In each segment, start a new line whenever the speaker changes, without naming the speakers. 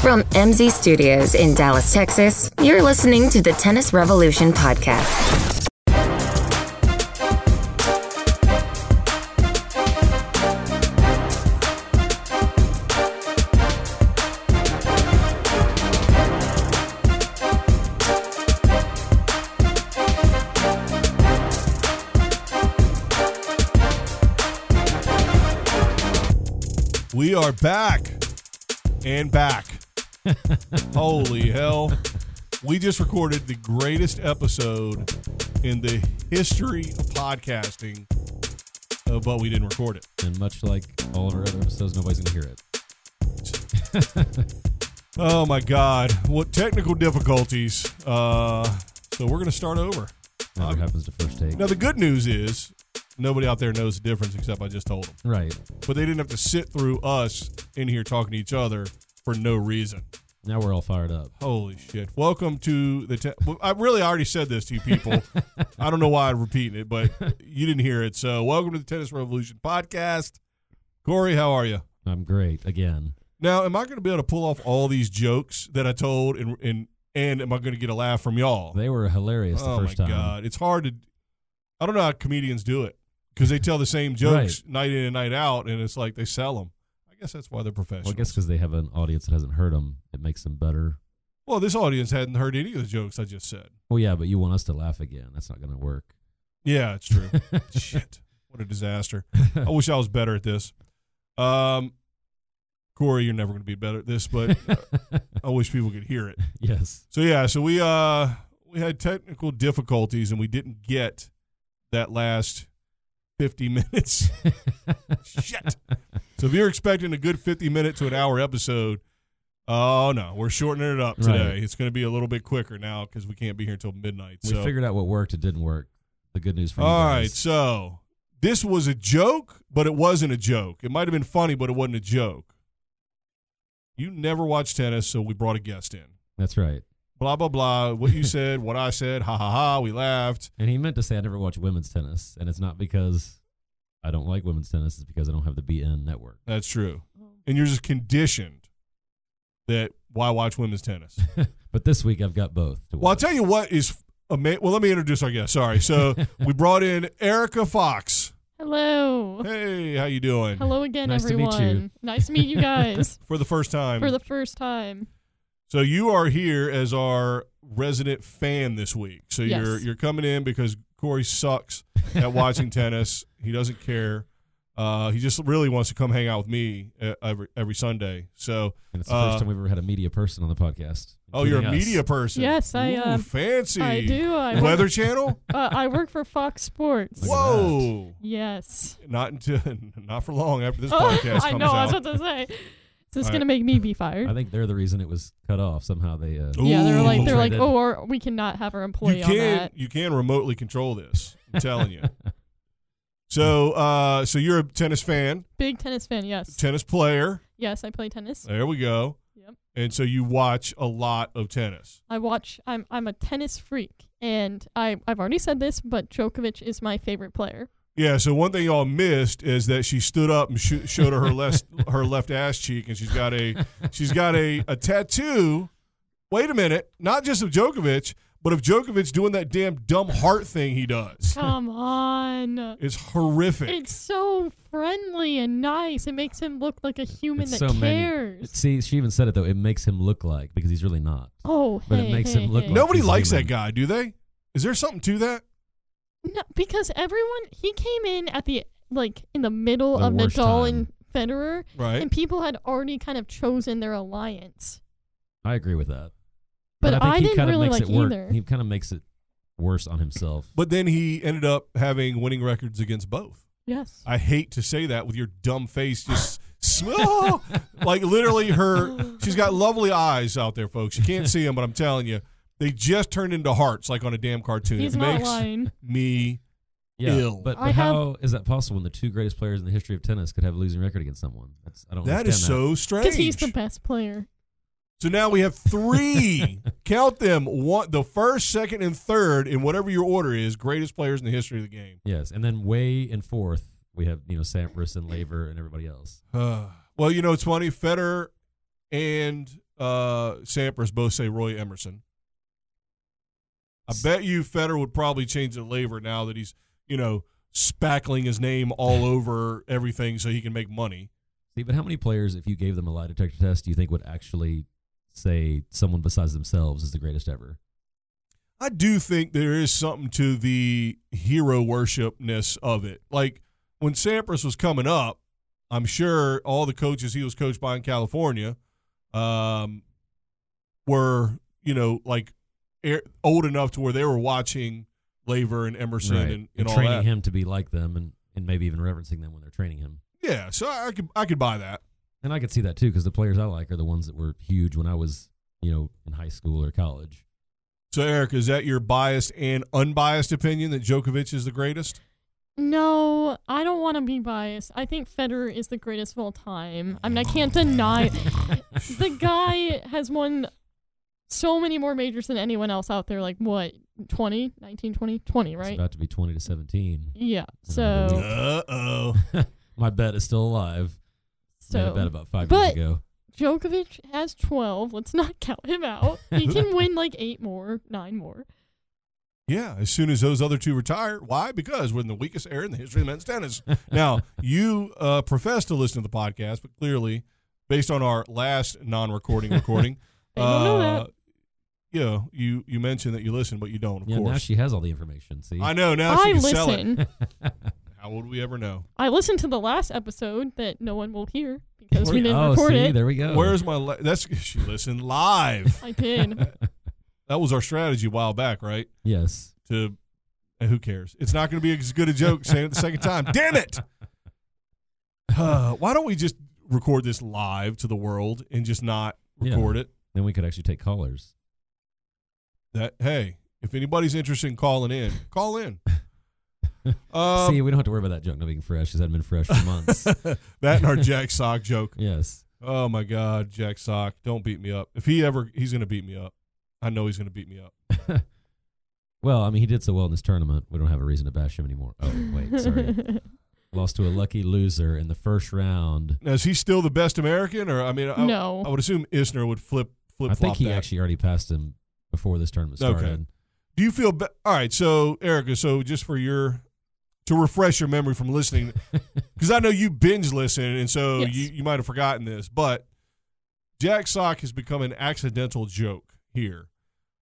From MZ Studios in Dallas, Texas, you're listening to the Tennis Revolution Podcast.
We are back and back. Holy hell. We just recorded the greatest episode in the history of podcasting, uh, but we didn't record it.
And much like all of our other episodes, nobody's gonna hear it.
Oh my God. What technical difficulties. Uh, so we're going to start over.
Never happens to first take.
Now, the good news is nobody out there knows the difference except I just told them.
Right.
But they didn't have to sit through us in here talking to each other for no reason.
Now we're all fired up.
Holy shit! Welcome to the. Te- well, I really already said this to you people. I don't know why I'm repeating it, but you didn't hear it. So, welcome to the Tennis Revolution podcast. Corey, how are you?
I'm great again.
Now, am I going to be able to pull off all these jokes that I told, and and and am I going to get a laugh from y'all?
They were hilarious the
oh
first
my
time.
god, it's hard to. I don't know how comedians do it because they tell the same jokes night in and night out, and it's like they sell them. I guess that's why they're professionals.
Well, I guess because they have an audience that hasn't heard them, it makes them better.
Well, this audience hadn't heard any of the jokes I just said.
Well, yeah, but you want us to laugh again. That's not gonna work.
Yeah, it's true. Shit. What a disaster. I wish I was better at this. Um, Corey, you're never going to be better at this, but I wish people could hear it.
yes.
So yeah, so we uh we had technical difficulties and we didn't get that last 50 minutes. Shit. So if you're expecting a good 50 minute to an hour episode, oh no, we're shortening it up today.
Right.
It's going to be a little bit quicker now cuz we can't be here till midnight.
We
so
figured out what worked. It didn't work. The good news for you
all
guys.
right, so this was a joke, but it wasn't a joke. It might have been funny, but it wasn't a joke. You never watch tennis, so we brought a guest in.
That's right.
Blah blah blah. What you said, what I said, ha ha ha. We laughed.
And he meant to say I never watch women's tennis, and it's not because I don't like women's tennis. It's because I don't have the BN network.
That's true.
Oh.
And you're just conditioned that why watch women's tennis.
But this week I've got both. To
Well, I'll
watch.
tell you what is amazing. Well, let me introduce our guest. Sorry. So we brought in Erica Fox.
Hello.
Hey, how you doing?
Hello again,
Nice to meet
everyone.
you.
Nice to meet you guys
For the first time.
for the first time.
So you are here as our resident fan this week. So
Yes.
you're you're coming in because Corey sucks at watching tennis. He doesn't care. Uh, he just really wants to come hang out with me uh, every every Sunday. So
and it's the
uh,
first time we've ever had a media person on the podcast.
oh, you're a
including us.
media person.
Yes, I,
Ooh,
uh,
fancy.
I do. I work,
Weather Channel.
uh, I work for Fox Sports.
Look at
Whoa.
Yes.
Not until not for long after this
Oh,
podcast
I
comes
know. I was
out.
about to say. Is this
All right.
going to make me be fired?
I think they're the reason it was cut off. Somehow they. Uh,
yeah, they're like
Ooh.
they're like,
Traded.
oh, or we cannot have our employee
you
on
can
that.
you can remotely control this. I'm telling you. So uh, so you're a tennis fan,
Big tennis fan. Yes.
tennis player.
yes, I play tennis.
There we go.
Yep.
And so you watch a lot of tennis.
I watch. I'm I'm a tennis freak, and I I've already said this, but Djokovic is my favorite player.
Yeah. So one thing y'all missed is that she stood up and sh- showed her her left her left ass cheek, and she's got a she's got a a tattoo. Wait a minute, not just of Djokovic, but of Djokovic doing that damn dumb heart thing he does.
Come on.
It's horrific.
It's so friendly and nice. It makes him look like a human
It's
that
so many-
cares.
See, she even said it though. It makes him look like because he's really not.
oh,
But it
hey,
makes
hey,
him look
hey.
like-
Nobody
he's
likes
human.
that guy, do they? Is there something to that?
No, because everyone he came in at the like in the middle
The
of
worst
Nadal
time.
and Federer,
Right.
and people had already kind of chosen their alliance.
I agree with that.
But
I
I
think he
didn't
kind of
really
makes
like
it work.
either.
He kind of makes it worse on himself.
But then he ended up having winning records against both.
Yes.
I hate to say that with your dumb face just smell like literally her she's got lovely eyes out there folks. You can't see them but I'm telling you they just turned into hearts like on a damn cartoon.
He's
it
not
makes
lying.
me
yeah,
Ill.
but,
I
but how is that possible when the two greatest players in the history of tennis could have a losing record against someone? That's, I don't.
that is
understand
so strange.
Because he's the best player.
so now we have 3. count them one the first, second and third in whatever your order is greatest players in the history of the game.
that. Yes, and then way and fourth we have you know Sampras and Laver and everybody else.
well, you know it's funny Federer and uh, Sampras both say Roy Emerson. I bet you Federer would probably change the labor now that he's, you know, spackling his name all over everything so he can make money.
See, but how many players, if you gave them a lie detector test, do you think would actually say someone besides themselves is the greatest ever?
I do think there is something to the hero worshipness of it. Like when Sampras was coming up, I'm sure all the coaches he was coached by in California um, were, you know, like air, old enough to where they were watching Laver and Emerson
Right.
and, and all
training
that.
him to be like them and, and maybe even referencing them when they're training him.
Yeah, so I could I could buy that.
And I could see that too because the players I like are the ones that were huge when I was, you know, in high school or college.
So Eric, is that your biased and unbiased opinion that Djokovic is the greatest?
No, I don't want to be biased. I think Federer is the greatest of all time. I mean, I can't deny the guy has won so many more majors than anyone else out there. Like what, 20, 19, 20, 20,
It's
right?
about to be 20 to 17.
Yeah.
Oh.
So,
Uh oh.
My bet is still alive. Made a bet
so
about five
But-
years ago.
Djokovic has 12. Let's not count him out. He can win like eight more, nine more.
Yeah, as soon as those other two retire. Why? Because we're in the weakest era in the history of men's tennis. now, you uh, profess to listen to the podcast, but clearly, based on our last non recording recording,
They don't know
uh,
that.
yeah, you, you mentioned that you listen, but you don't, of
Yeah, now
course.
she has all the information. See?
I know. Now she
I
can sell it.
listen.
How would we ever know?
I listened to the last episode that no one will hear because we didn't
oh,
record
see,
it.
there we go.
Where's my. La- that's She listened live.
I did.
that was our strategy a while back, right?
yes.
to and who cares? It's not going to be as good a joke saying it the second time. Damn it! Uh, why don't we just record this live to the world and just not
Yeah.
record it?
Then we could actually take callers.
That hey, if anybody's interested in calling in, call in. Um,
see, we don't have to worry about that joke not being fresh because I've been fresh for months.
that and our Jack Sock joke.
yes.
Oh my God, Jack Sock! Don't beat me up. If he ever, he's going to beat me up. I know he's going to beat me up.
Well, I mean, he did so well in this tournament. We don't have a reason to bash him anymore. Oh, wait, sorry. Lost to a lucky loser in the first round.
Now, is he still the best American? Or I mean, I,
no.
I would assume Isner would flip flip.
I think he
that.
actually already passed him before this tournament
Okay.
started.
Do you feel be- all right? So, Erica, so just for your to refresh your memory from listening, because I know you binge listen, and so
Yes.
you, you might have forgotten this, but Jack Sock has become an accidental joke here.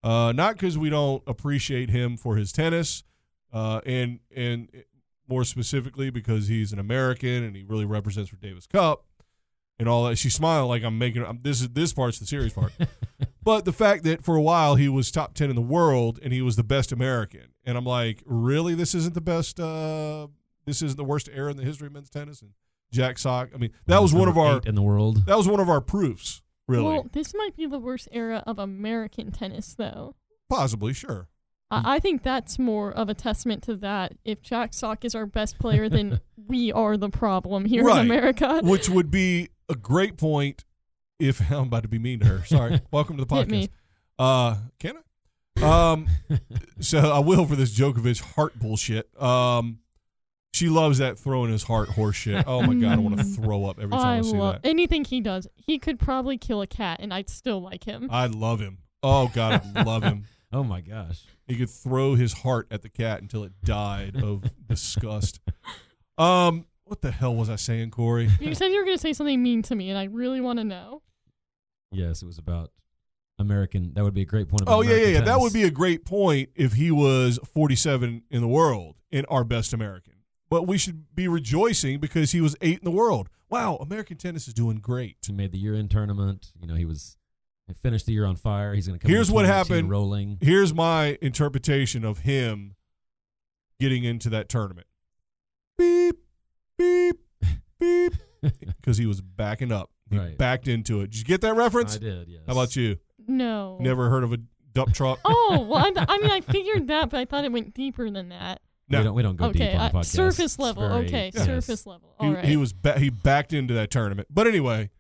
Uh, not because we don't appreciate him for his tennis, uh, and and more specifically because he's an American and he really represents for Davis Cup and all that. She's smiling like I'm making. I'm, this is this part's the serious part. But the fact that for a while he was top 10 in the world and he was the best American. And I'm like, really? This isn't the best, uh, this isn't the worst era in the history of men's tennis? And Jack Sock, I mean, that was one of
Number
our,
eight in the world.
that was one of our proofs, really.
Well, this might be the worst era of American tennis, though.
Possibly, sure.
I, I think that's more of a testament to that. If Jack Sock is our best player, then we are the problem here
Right.
in America.
Which would be a great point if I'm about to be mean to her. Sorry. Welcome to the podcast.
Hit me.
Uh, can I? Um, so I will for this Djokovic heart bullshit. Um, she loves that throwing his heart horseshit. Oh my god, I want to throw up every time I,
I
see
love
that.
anything he does. He could probably kill a cat, and I'd still like him.
I love him. Oh god, I love him.
Oh my gosh.
He could throw his heart at the cat until it died of disgust. Um, what the hell was I saying, Corey?
you said you were going to say something mean to me, and I really want to know.
Yes, it was about American. That would be a great point. About
Oh yeah, yeah,
American
yeah. That
tennis.
would be a great point if he was 47 in the world and our best American. But we should be rejoicing because he was eight in the world. Wow, American tennis is doing great.
He made the year-end tournament. You know, he was he finished the year on fire. He's going to come.
Here's
into
what
2019
happened.
Rolling.
here's my interpretation of him getting into that tournament. Beep, beep, beep, because he was backing up. He
Right.
backed into it. Did you get that reference?
I did. Yes.
How about you?
No.
Never heard of a dump truck?
Oh, well, I, th- I mean, I figured that, but I thought it went deeper than that.
No.
We don't. We don't go
okay,
deep on
uh,
the podcast. It's
surface level.
very-
okay,
yes.
surface level.
he,
All right.
he was ba- he backed into that tournament. But anyway,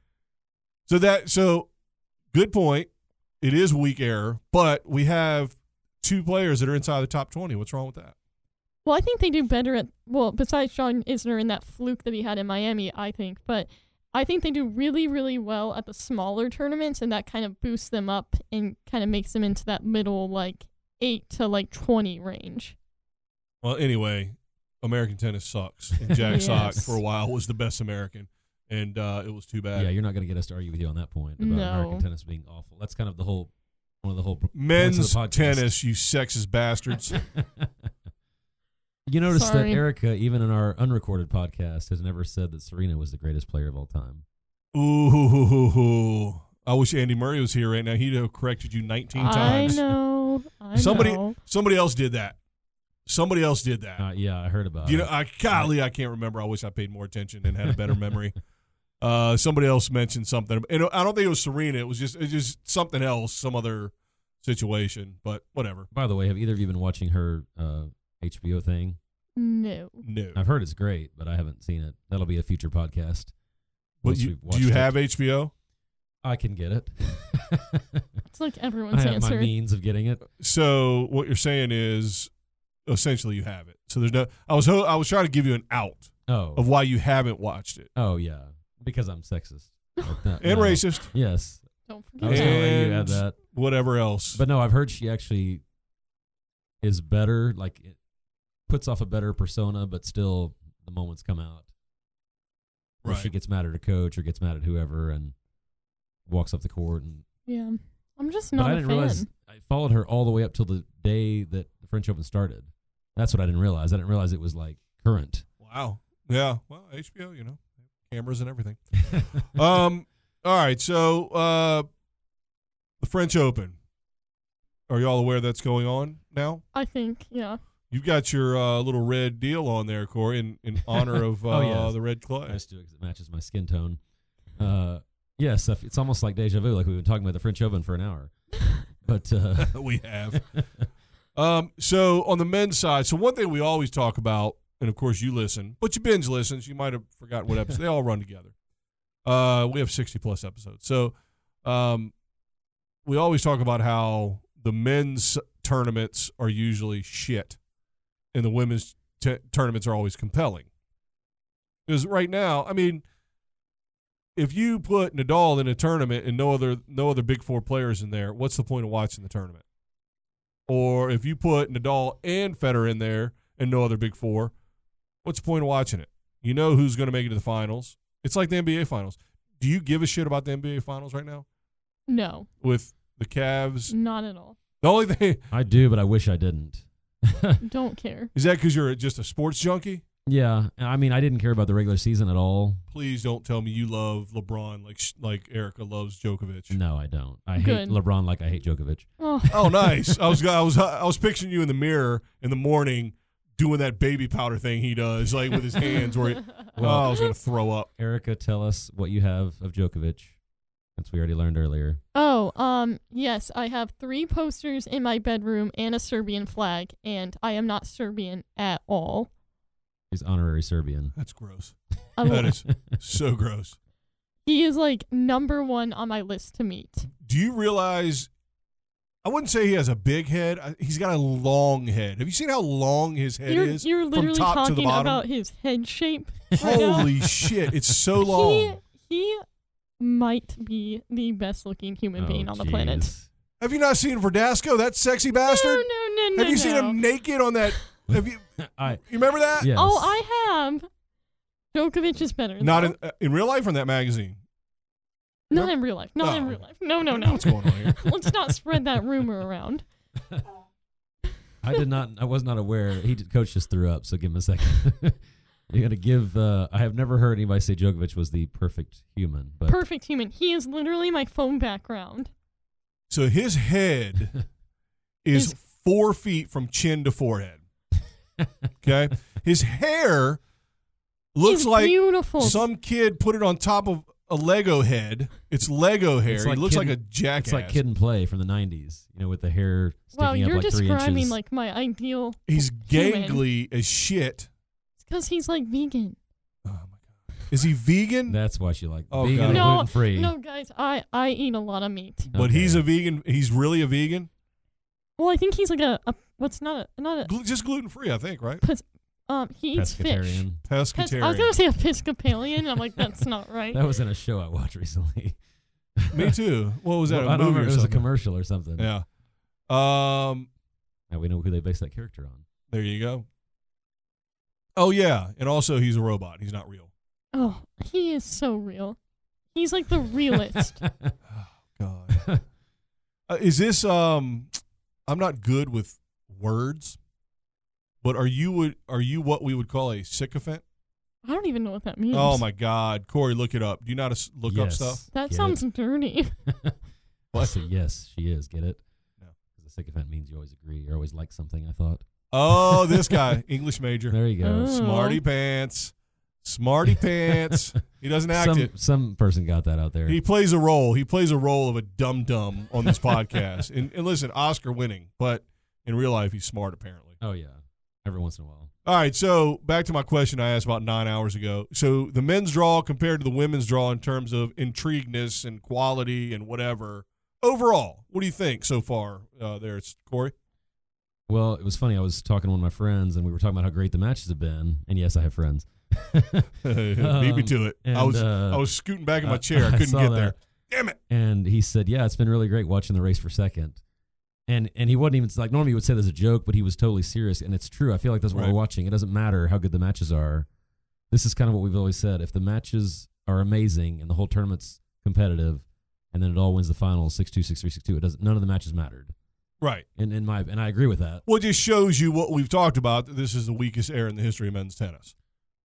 so that so good point. It is weak error, but we have two players that are inside the top twenty. What's wrong with that?
Well, I think they do better at well, besides Sean Isner and that fluke that he had in Miami, I think, but I think they do really, really well at the smaller tournaments, and that kind of boosts them up and kind of makes them into that middle, like, 8 to, like, 20 range.
Well, anyway, American tennis sucks. And Jack Sock
Yes.
for a while was the best American, and uh, it was too bad.
yeah, you're not going to get us to argue with you on that point about
No.
American tennis being awful. That's kind of the whole one of the whole points of the
Men's
podcast.
tennis, you sexist bastards.
you notice
Sorry.
that Erica, even in our unrecorded podcast, has never said that Serena was the greatest player of all time.
Ooh. I wish Andy Murray was here right now. He'd have corrected you 19
I
times.
know. I
Somebody
know.
somebody else did that. Somebody else did that.
Uh, yeah, I heard about
you
it.
know, I golly, I can't remember. I wish I paid more attention and had a better memory. Uh, somebody else mentioned something, and I don't think it was Serena. It was just, it was just something else, some other situation. But whatever.
By the way, have either of you been watching her uh, HBO thing?
No.
No.
I've heard it's great, but I haven't seen it. That'll be a future podcast.
But
once
you,
we've
do you
watched it.
have HBO?
I can get it.
It's like
I
everyone's
have my
answer.
means of getting it.
So what you're saying is, essentially, you have it. So there's no. I was ho- I was trying to give you an out
Oh,
of why you haven't watched it
oh yeah, because I'm sexist Like that,
and
no.
racist,
Yes,
Don't
I
forget.
was gonna let you
And-
add that.
whatever else.
But no, I've heard she actually is better. Like it puts off a better persona, but still the moments come out. where
right.
She gets mad at her coach or gets mad at whoever and walks off the court. And
Yeah. I'm just
but
not
I
a
didn't
fan.
realize I followed her all the way up till the day that the French Open started. That's what I didn't realize. I didn't realize it was like current.
Wow. Yeah. Well, HBO, you know, cameras and everything. um. All right. So, uh, the French Open. Are y'all aware that's going on now?
I think, yeah.
You've got your uh, little red deal on there, Corey, in, in honor of uh,
Oh, yes.
the red
I
clay.
just do it 'cause it matches my skin tone. Uh, yes, if- it's almost like deja vu. Like we've been talking about the French Open for an hour, but uh,
we have. Um, so on the men's side, so one thing we always talk about, and of course you listen, but you binge listens. You might have forgotten what episode they all run together. Uh, we have sixty plus episodes, so um, we always talk about how the men's tournaments are usually shit, and the women's t- tournaments are always compelling. Because right now, I mean, if you put Nadal in a tournament and no other no other big four players in there, what's the point of watching the tournament? Or if you put Nadal and Federer in there and no other big four, what's the point of watching it? You know who's going to make it to the finals. It's like the NBA finals. Do you give a shit about the NBA finals right now
No,
with the Cavs?
not at all.
The only thing
I do, but I wish I didn't.
Don't care.
is that because you're just a sports junkie.
yeah, I mean, I didn't care about the regular season at all.
Please don't tell me you love LeBron like sh- like Erica loves Djokovic.
No, I don't. I hate
Good.
LeBron like I hate Djokovic.
Oh,
Oh, nice. I was I was I was picturing you in the mirror in the morning doing that baby powder thing he does, like with his hands. Where he,
Well-
oh, I was gonna throw up.
Erica, tell us what you have of Djokovic, since we already learned earlier.
oh, um, yes, I have three posters in my bedroom and a Serbian flag, and I am not Serbian at all.
He's honorary Serbian.
That's gross.
I
That
lo-
is so gross.
he is like number one on my list to meet.
Do you realize? I wouldn't say he has a big head. I- He's got a long head. Have you seen how long his head
you're
is
you're
from
literally
top to the
talking
bottom?
about his head shape. right now.
Holy shit! It's so long.
He he might be the best looking human being
Oh,
on the planet.
jeez.
Have you not seen Verdasco, that sexy bastard?
No, no, no, no.
have you seen
no.
him naked on that? Have you?
I
You remember that?
yes.
Oh, I have. Djokovic is better.
Not
though.
in, uh, in real life or in that magazine.
Not in real life. Not
Oh.
in real life. No, no,
I don't know
no.
What's going on here?
Let's not spread that rumor around.
I did not. I was not aware. He did, coach just threw up. So give him a second. you got to give. Uh, I have never heard anybody say Djokovic was the perfect human, but
Perfect human. He is literally my phone background.
So his head is
He's-
four feet from chin to forehead. Okay, his hair looks
He's
like
beautiful.
some kid put it on top of a Lego head. It's Lego hair.
It's
he
like
looks
kid-
like a jackass.
it's like Kid and Play from the '90s. You know, with the hair sticking
wow,
up
you're
like three
describing
inches.
like my ideal.
He's
human.
gangly as shit.
It's because he's like vegan.
Oh my god, is he vegan?
That's why she like
Oh,
vegan
God.
and
No,
gluten free.
No, guys, I I eat a lot of meat.
But he's
Okay.
a vegan. He's really a vegan.
Well, I think he's like a, a what's not a not a
Glu- just gluten free, I think. Right?
pos- Um, he eats fish.
pescatarian.
Pes-
Pescatarian.
I was gonna say Episcopalian, and I'm like, that's not right.
That was in a show I watched recently.
Me too. What was that? a
Well, I don't
movie
remember.
or
It was a
something?
commercial or something.
Yeah. Um.
Now we know who they based that character on.
There you go. Oh yeah, and also he's a robot. He's not real.
oh, he is so real. He's like the realist.
God. Uh, is this um? I'm not good with words, but are you would are you what we would call a sycophant?
I don't even know what that means.
Oh my God, Corey, look it up. Do you know how to s- look up
Yes.
stuff?
That
Get it.
sounds dirty.
I said, yes, she is. Get it?
No.
Because a sycophant means you always agree or always like something, I thought.
Oh, this guy, English major,
There you go.
Oh.
smarty pants, smarty pants. He doesn't act
Some,
it.
some person got that out there.
He plays a role. He plays a role of a dum dum on this podcast. And, and listen, Oscar winning, but in real life, he's smart apparently.
oh, yeah. Every once in a while.
All right, so back to my question I asked about nine hours ago. So the men's draw compared to the women's draw in terms of intrigueness and quality and whatever. Overall, what do you think so far? Uh, there, it's Corey.
Well, it was funny. I was talking to one of my friends, and we were talking about how great the matches have been. And yes, I have friends.
Beat me to it. I
Um, and,
was
uh,
I was scooting back in my
I-
chair. I
I
couldn't
saw
get
that.
there. Damn it!
and he said, "Yeah, it's been really great watching the race for second. And and he wasn't even like normally you would say there's a joke, but he was totally serious, and it's true. I feel like that's what
Right.
we're watching. It doesn't matter how good the matches are. This is kind of what we've always said. If the matches are amazing and the whole tournament's competitive, and then it all wins the final six two six three six two, it doesn't. None of the matches mattered.
Right.
And in my and I agree with that.
Well, it just shows you what we've talked about. That this is the weakest air in the history of men's tennis.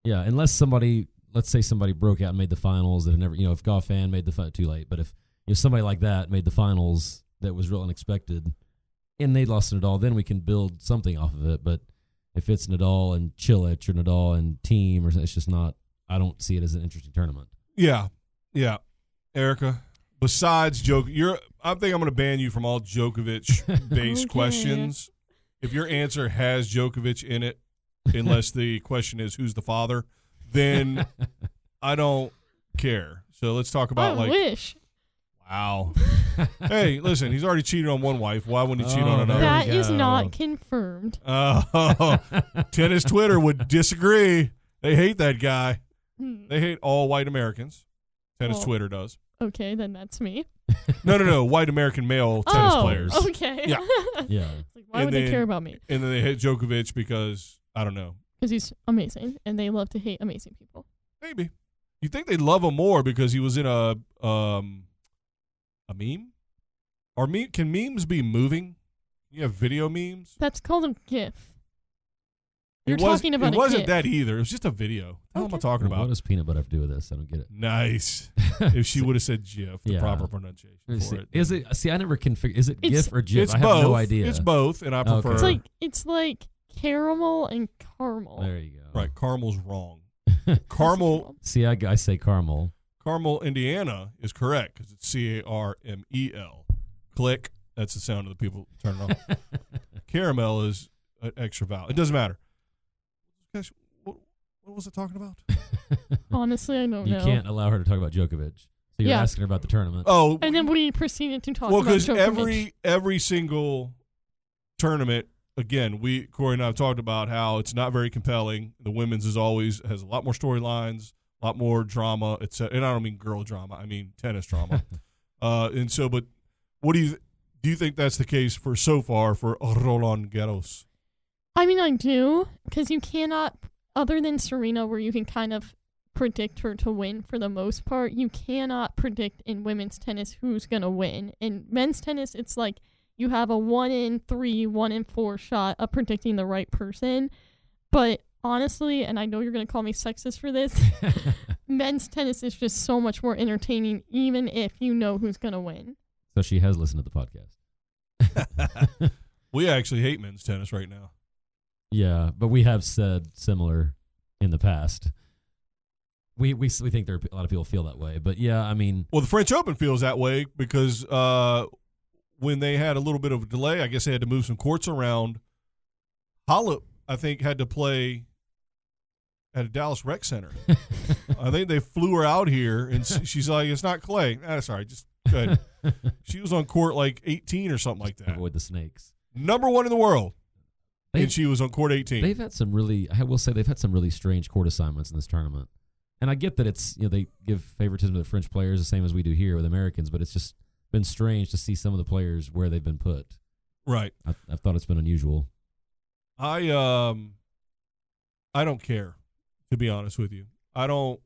Yeah, unless somebody, let's say somebody broke out and made the finals that had never, you know, if Goffan made the fi- too late, but if if somebody like that made the finals that was real unexpected, and they lost to Nadal, then we can build something off of it. But if it's Nadal and Chilich or Nadal and team, or something, it's just not. I don't see it as an interesting tournament.
Yeah, yeah, Erica. Besides joke, you're. I think I'm going to ban you from all Djokovic based
Okay.
questions. If your answer has Djokovic in it, unless the question is who's the father, then I don't care. So let's talk
I
about like
wish
wow. hey, listen, he's already cheated on one wife. Why wouldn't he cheat
Oh,
on
there
another?
that is
go.
not confirmed.
Oh, tennis Twitter would disagree. They hate that guy.
Hmm,
They hate all white Americans. Tennis
Well-
Twitter does.
Okay, then that's me.
No, no, no. White American male tennis
oh,
players.
okay.
Yeah.
yeah,
Like, why
And
would they
then-
care about me?
And then they hit Djokovic because, I don't know,
Because he's amazing, and they love to hate amazing people.
maybe. You think they'd love him more because he was in a um a meme? Are meme can memes be moving? You have video memes?
That's called a GIF. You're
it was,
talking about
it
a
wasn't
GIF.
that either. It was just a video. What am I
Okay.
talking
what
about?
does peanut butter have to do with this? I don't get it.
Nice. if she would have said GIF, the
Yeah.
proper pronunciation
Let me
for
see.
it.
Is it? See, I never can figure. Is it
It's-
GIF or GIF?
It's
I have
both.
no idea.
It's both, and I
Okay.
prefer
It's like it's like caramel and caramel.
There you go.
right. Carmel's wrong. Carmel
See, I, I say caramel.
Carmel, Indiana is correct because it's C A R M E L. Click. That's the sound of the people turning it off. Caramel is an extra vowel. It doesn't matter. Gosh, what, what was I talking about?
Honestly, I don't
you
know.
can't allow her to talk about Djokovic. So you're
Oh, Yeah.
asking her about the tournament.
Oh,
And then we proceeded to talk
well,
about
because
Djokovic.
every every single tournament, again, we Corey and I have talked about how it's not very compelling. The women's is always has a lot more storylines, a lot more drama, etc. And I don't mean girl drama; I mean tennis drama. uh, and so, but what do you do? You think that's the case for so far for Roland Garros?
I mean, I do because you cannot, other than Serena, where you can kind of predict her to win for the most part. You cannot predict in women's tennis who's gonna win. In men's tennis, it's like you have a one in three, one in four shot of predicting the right person. But honestly, and I know you're gonna call me sexist for this,
Oh.
men's tennis is just so much more entertaining, even if you know who's gonna win.
so she has listened to the podcast.
We actually hate men's tennis right now.
Yeah, but we have said similar in the past. We we we think there are a lot of people feel that way, but yeah, I mean,
Well, the French Open feels that way because uh, when they had a little bit of a delay, I guess they had to move some courts around. Hollop, I think, had to play at a Dallas Rec Center. I think they flew her out here, and s- she's like, "It's not clay. Ah, That's all right. Just good." She was on court like 18 or something like that.
avoid the snakes.
Number one in the world.
They-
and she was on court 18.
They've had some really, I will say, they've had some really strange court assignments in this tournament. And I get that it's, you know, they give favoritism to the French players the same as we do here with Americans, but it's just been strange to see some of the players where they've been put.
right.
I, I've thought it's been unusual.
I um I don't care to be honest with you. I don't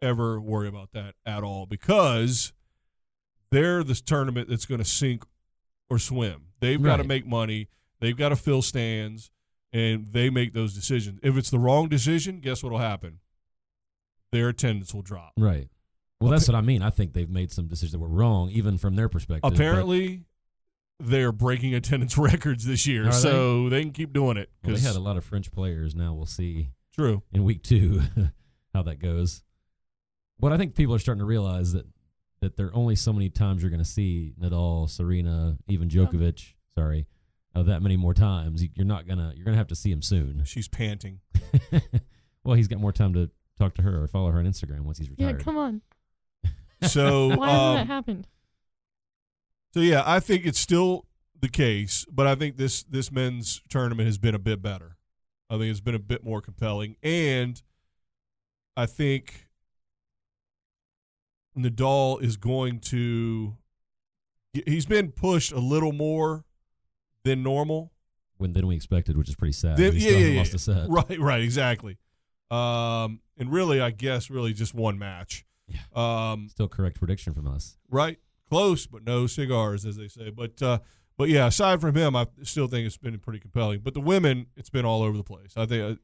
ever worry about that at all because they're this tournament that's going to sink or swim. They've got to
Right.
make money. They've got to fill stands and they make those decisions. If it's the wrong decision, guess what'll happen? Their attendance will drop.
Right. Well, that's what I mean. I think they've made some decisions that were wrong, even from their perspective. but-
Apparently they're breaking attendance records this year,
Are they?
so they? can keep doing it.
well, they had
'cause-
a lot of French players. Now we'll see
true.
in week two how that goes. But I think people are starting to realize that that there are only so many times you're going to see Nadal, Serena, even Djokovic. Sorry, uh, that many more times. You- You're not gonna you're gonna have to see him soon.
She's panting.
well, he's got more time to talk to her or follow her on Instagram once he's
Yeah,
retired.
come on.
So
Why hasn't
um,
that happened?
So yeah, I think it's still the case, but I think this this men's tournament has been a bit better. I think it's been a bit more compelling, and I think Nadal is going to. He's been pushed a little more than normal.
when than we expected, which is pretty sad.
Then-
he still hasn't lost a set.
Right, right, exactly. Um, and really, I guess, really just one match.
Yeah.
Um,
Still correct prediction from us.
right? Close, but no cigars, as they say. But uh, but yeah, aside from him, I still think it's been pretty compelling. But the women, it's been all over the place. I think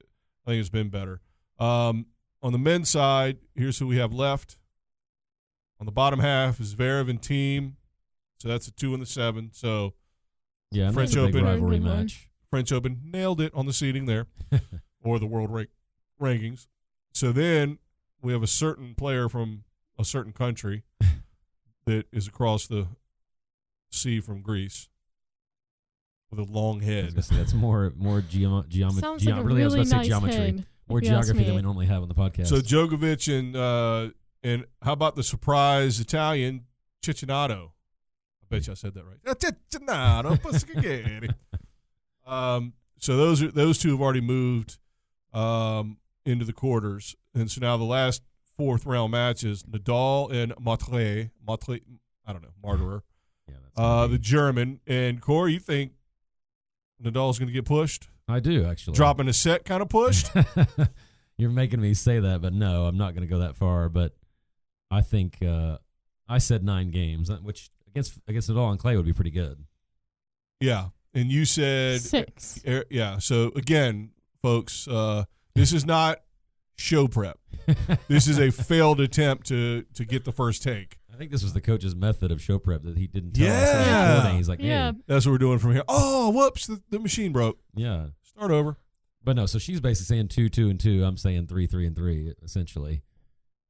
I think it's been better. Um, on the men's side, here's who we have left. On the bottom half is Zverev and Team, so that's a two and the seven. So
Yeah, and that's
French
a big
Open.
rivalry
Good one.
match.
French Open nailed it on the seating there, or the world rank, rankings. So then we have a certain player from a certain country that is across the sea from Greece with a long
I was gonna
head.
say, that's more more geom- geometry.
Sounds like a
really, I was
really
about to
nice
say geometry.
head,
More
if you ask
geography than
me.
we normally have on the podcast.
So Djokovic and uh, and how about the surprise Italian Cicinato? I bet you I said that right. Uh, Cicinato, Pasquale. um, so those are those two have already moved um, into the quarters, and so now the last fourth round matches: Nadal and Matre, Matre, I don't know, Martyrer,
yeah, that's
uh,
gonna
the
be-
German. And Corey, you think Nadal's going to get pushed,
I do actually
dropping a set, kind of pushed?
You're making me say that, but no, I'm not going to go that far. But I think uh, I said nine games, uh, which against against it all on clay would be pretty good.
yeah. And you said
Six.
Er- yeah. So again, folks, uh, this is not show prep. This is a failed attempt to to get the first take.
I think this was the coach's method of show prep that he didn't tell us. that he was
Yeah.
recording. He's like, hey,
Yeah.
That's what we're doing from here. Oh, whoops! The, the machine broke.
yeah.
Start over.
But no, so she's basically saying two, two, and two. I'm saying three, three, and three. Essentially,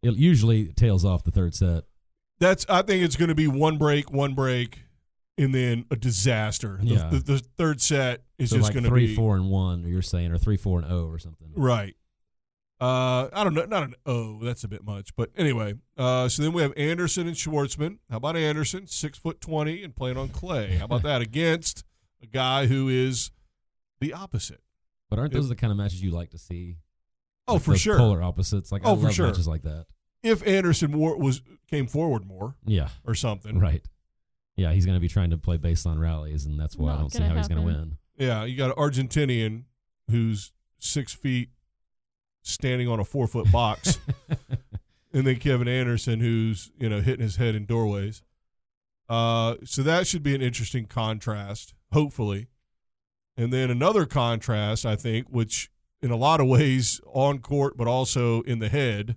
it usually tails off the third set.
That's. I think it's going to be one break, one break, and then a disaster. The,
Yeah.
the, the third set is
so
just
like
going to
three,
be
four, and one. You're saying, or three, four, and oh, or something.
right. Uh, I don't know. Not an O. That's a bit much. But anyway, uh, so then we have Anderson and Schwartzman. How about Anderson, six foot twenty, and playing on clay? How about that against a guy who is the opposite?
But aren't those the kind of matches you like to see?
Oh,
Like
for
those
sure.
Polar opposites. Like I
Oh, for
love
sure.
matches like that.
If Anderson war was came forward more
Yeah.
or something,
Right. Yeah, he's going to be trying to play baseline rallies, and that's why I
Not
don't see
gonna
how he's going to
happen.
win.
Yeah, you got an Argentinian who's six feet, standing on a four foot box, and then Kevin Anderson who's you know hitting his head in doorways. Uh, so that should be an interesting contrast, hopefully. And then another contrast, I think, which in a lot of ways on court, but also in the head,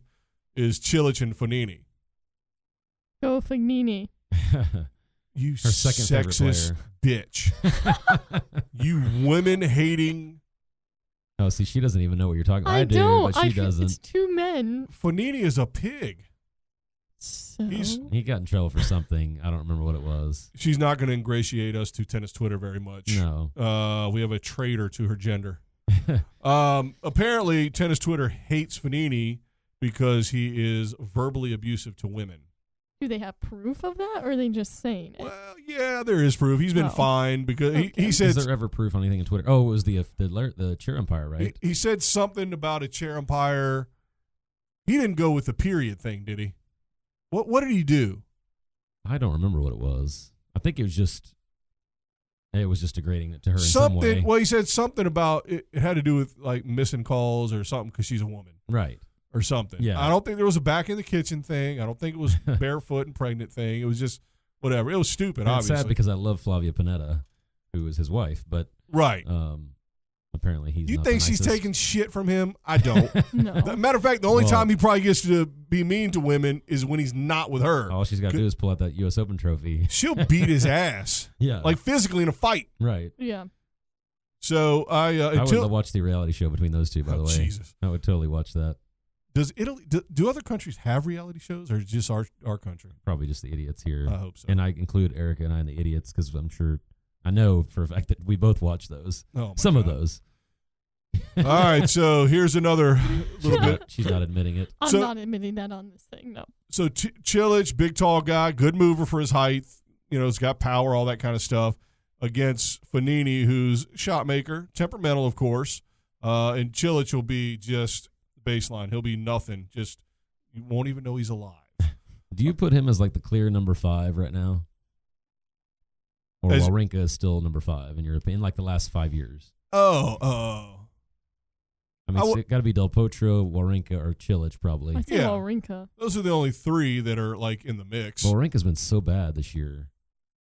is Chilich and Fanini.
Go Fagnini.
You
Her second favorite
sexist bitch. you women hating
oh, see, she doesn't even know what you're talking.
I,
I, do,
don't.
but she
I f- It's
doesn't.
two men.
Fanini is a pig.
So
He's-
He got in trouble for something. I don't remember what it was.
She's not going to ingratiate us to tennis Twitter very much.
No.
Uh, we have a traitor to her gender. um, apparently, tennis Twitter hates Fanini because he is verbally abusive to women.
Do they have proof of that, or are they just saying it?
Well, yeah, there is proof. He's been
Oh.
fined because he, he
Okay.
said
Is there ever proof on anything in Twitter? Oh, it was the uh, the, lar- the chair umpire, right?
he, he said something about a chair umpire. He didn't go with the period thing, did he? What What did he do?
I don't remember what it was. I think it was just it was just degrading it to her in some
something.
way.
well, he said something about it, it had to do with like missing calls or something because she's a woman
right.
or something.
Yeah.
I don't think there was a back in the kitchen thing. I don't think it was barefoot and pregnant thing. It was just whatever. It was stupid,
And it's
obviously.
sad because I love Flavia Panetta, who is his wife, but
right.
um apparently he's
you
not the
think she's
nicest.
taking shit from him? I don't.
no.
Th- Matter of fact, the only
Well-
time he probably gets to be mean to women is when he's not with her.
all she's got to do is pull out that US Open trophy.
She'll beat his ass,
Yeah.
like physically in a fight.
right.
Yeah.
So I uh,
I would
until
love to watch the reality show between those two, by
Oh,
the way.
Jesus.
I would totally watch that.
does Italy do, do other countries have reality shows or just our our country?
Probably just the idiots here.
I hope Uh, so.
and I include Erica and I in the idiots because I'm sure I know for a fact that we both watch those.
Oh, my
Some of
God.
those.
All right, so here's another little bit.
She's not admitting it.
I'm
So-
not admitting that on this thing. No.
So Ch- Chilich, big tall guy, good mover for his height. You know, he's got power, all that kind of stuff. Against Fanini, who's shot maker, temperamental, of course. Uh, and Chilich will be just baseline. He'll be nothing. Just you won't even know he's alive.
Do you put him as like the clear number five right now? Or
As-
Wawrinka is still number five in your opinion, like the last five years?
Oh, oh. I
I mean,
w-
it's got to be Del Potro, Wawrinka, or Chilich probably.
I say
Yeah.
Wawrinka.
Those are the only three that are like in the mix.
Wawrinka's been so bad this year.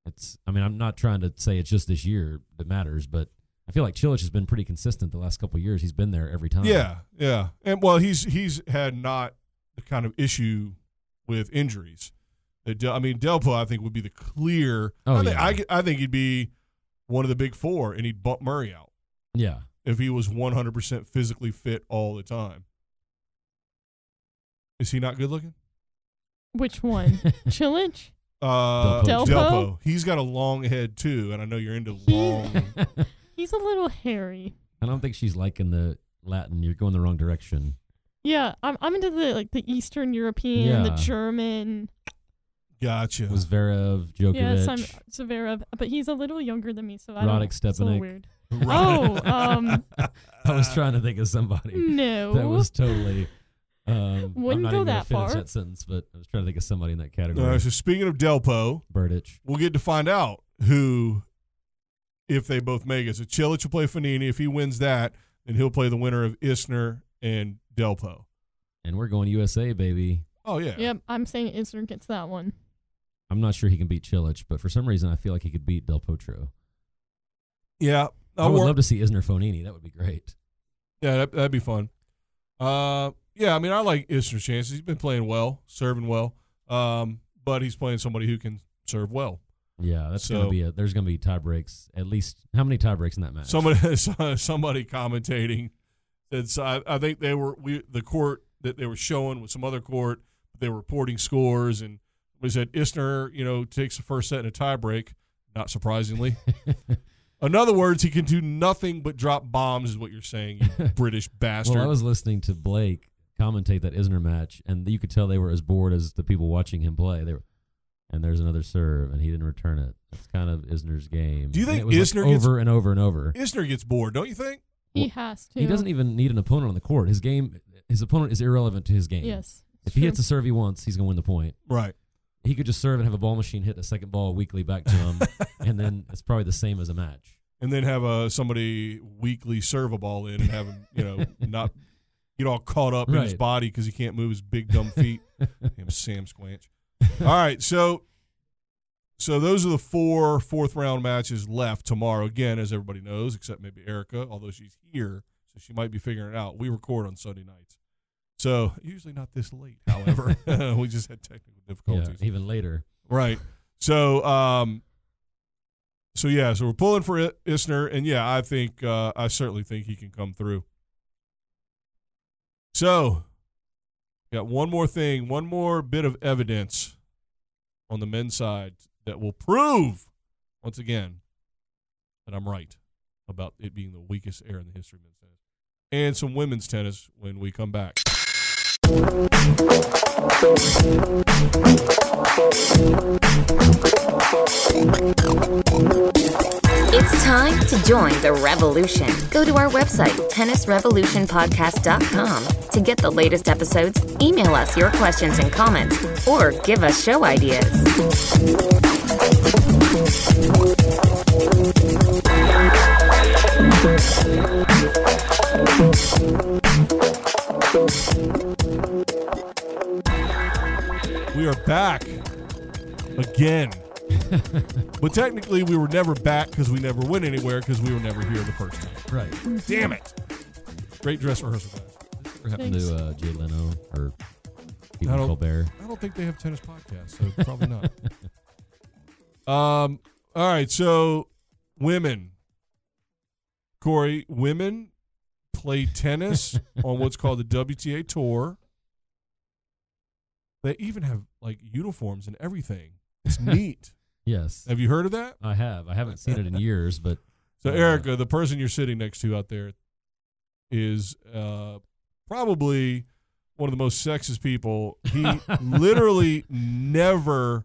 It's. I mean, I'm not trying to say it's just this year that matters, but I feel like Chilich has been pretty consistent the last couple of years. He's been there every time.
Yeah, yeah. And well, he's he's had not the kind of issue with injuries. That Del, I mean, Delpo, I think would be the clear.
Oh,
I, think,
yeah.
I g- I think he'd be one of the big four, and he'd bump Murray out
Yeah.
if he was 100 percent physically fit all the time. Is he not good looking?
Which one? Chilich?
Uh,
Delpo. Delpo?
He's got a long head too, and I know you're into
He-
long.
He's a little hairy.
I don't think she's liking the Latin. You're going the wrong direction.
Yeah, I'm I'm into the like the Eastern European, the
Yeah.
German.
gotcha.
It was Zverev,
Yes, I'm
Djokovic,
Zverev, but he's a little younger than me, so I don't.
Roddick
It's a little
Stepanek.
weird. Oh, um,
I was trying to think of somebody
Uh, no.
that was totally. Um, I'm
Wouldn't
not
go
even gonna
that
finish
far.
that sentence, but I was trying to think of somebody in that
All
category.
right, so speaking of Delpo,
Burditch.
we'll get to find out who, if they both make it. So Chilich will play Fanini. If he wins that, then he'll play the winner of Isner and Delpo.
and we're going USA, baby.
Oh yeah,
Yep, I'm saying Isner gets that one.
I'm not sure he can beat Chilich, but for some reason I feel like he could beat Del Potro.
yeah.
I would
wor-
love to see Isner Fonini. That would be great.
yeah, that, that'd be fun. Uh, yeah. I mean, I like Isner's chances. He's been playing well, serving well. Um, but he's playing somebody who can serve well.
Yeah, that's
So-
gonna be a. There's gonna be tie breaks. At least how many tie breaks in that match?
Somebody, somebody commentating said so I, I think they were we the court that they were showing with some other court. They were reporting scores, and we said Isner, you know, takes the first set in a tiebreak. Not surprisingly. in other words, he can do nothing but drop bombs, is what you're saying, you British bastard.
Well, I was listening to Blake commentate that Isner match, and you could tell they were as bored as the people watching him play. They were, and there's another serve, and he didn't return it. That's kind of Isner's game.
Do you
And
think
it was
Isner
like
gets-
over and over and over?
Isner gets bored, don't you think?
He
Well,
has to.
He doesn't even need an opponent on the court. His game, his opponent is irrelevant to his game.
Yes.
If
it's
he
true.
hits a serve he wants, he's gonna win the point.
Right.
He could just serve and have a ball machine hit a second ball weekly back to him, and then it's probably the same as a match.
And then have uh, somebody weekly serve a ball in and have him, you know, not get all caught up in his
Right.
body because he can't move his big dumb feet. Him Sam Squanch. All right, so so those are the four fourth round matches left tomorrow. Again, as everybody knows, except maybe Erica, although she's here, so she might be figuring it out. We record on Sunday nights, so usually not this late. However, we just had technical
yeah,
difficulties.
even later.
Right. So, um, so yeah, so we're pulling for I- Isner, and yeah, I think uh, I certainly think he can come through. So, got one more thing, one more bit of evidence on the men's side that will prove once again that I'm right about it being the weakest air in the history of men's tennis, and some women's tennis when we come back.
It's time to join the revolution. Go to our website, tennisrevolutionpodcast.com, to get the latest episodes, email us your questions and comments, or give us show ideas.
We are back again. but technically, we were never back because we never went anywhere because we were never here the first time.
Right.
Damn it. Great dress rehearsal, guys.
What happened
Thanks.
to uh, Jay Leno or
I
Stephen
don't-
Colbert?
I don't think they have tennis podcasts, so probably not. Um. All right. So, women, Corey, women play tennis on what's called the WTA Tour. They even have like uniforms and everything. It's neat.
Yes,
have you heard of that?
I have. I haven't seen it in years, but
So,
Uh,
Erica, the person you're sitting next to out there is uh, probably one of the most sexist people. He literally never,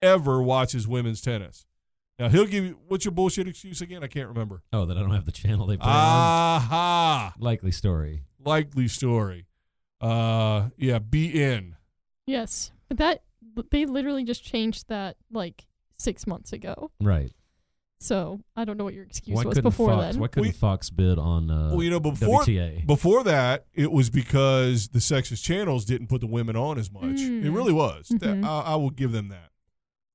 ever watches women's tennis. Now, he'll give you what's your bullshit excuse again? I can't remember.
oh, that I don't have the channel they play on.
Ah. Aha!
Likely story.
Likely story. Uh, yeah, BN.
Yes, but that they literally just changed that like six months ago.
Right.
So I don't know what your excuse
why
was
couldn't
before
Fox?
then.
Why couldn't
We-
Fox bid on uh,
Well, you know, before
WTA?
Before that, it was because the sexist channels didn't put the women on as much.
Mm.
It really was. That-
Mhm.
I, I will give them that.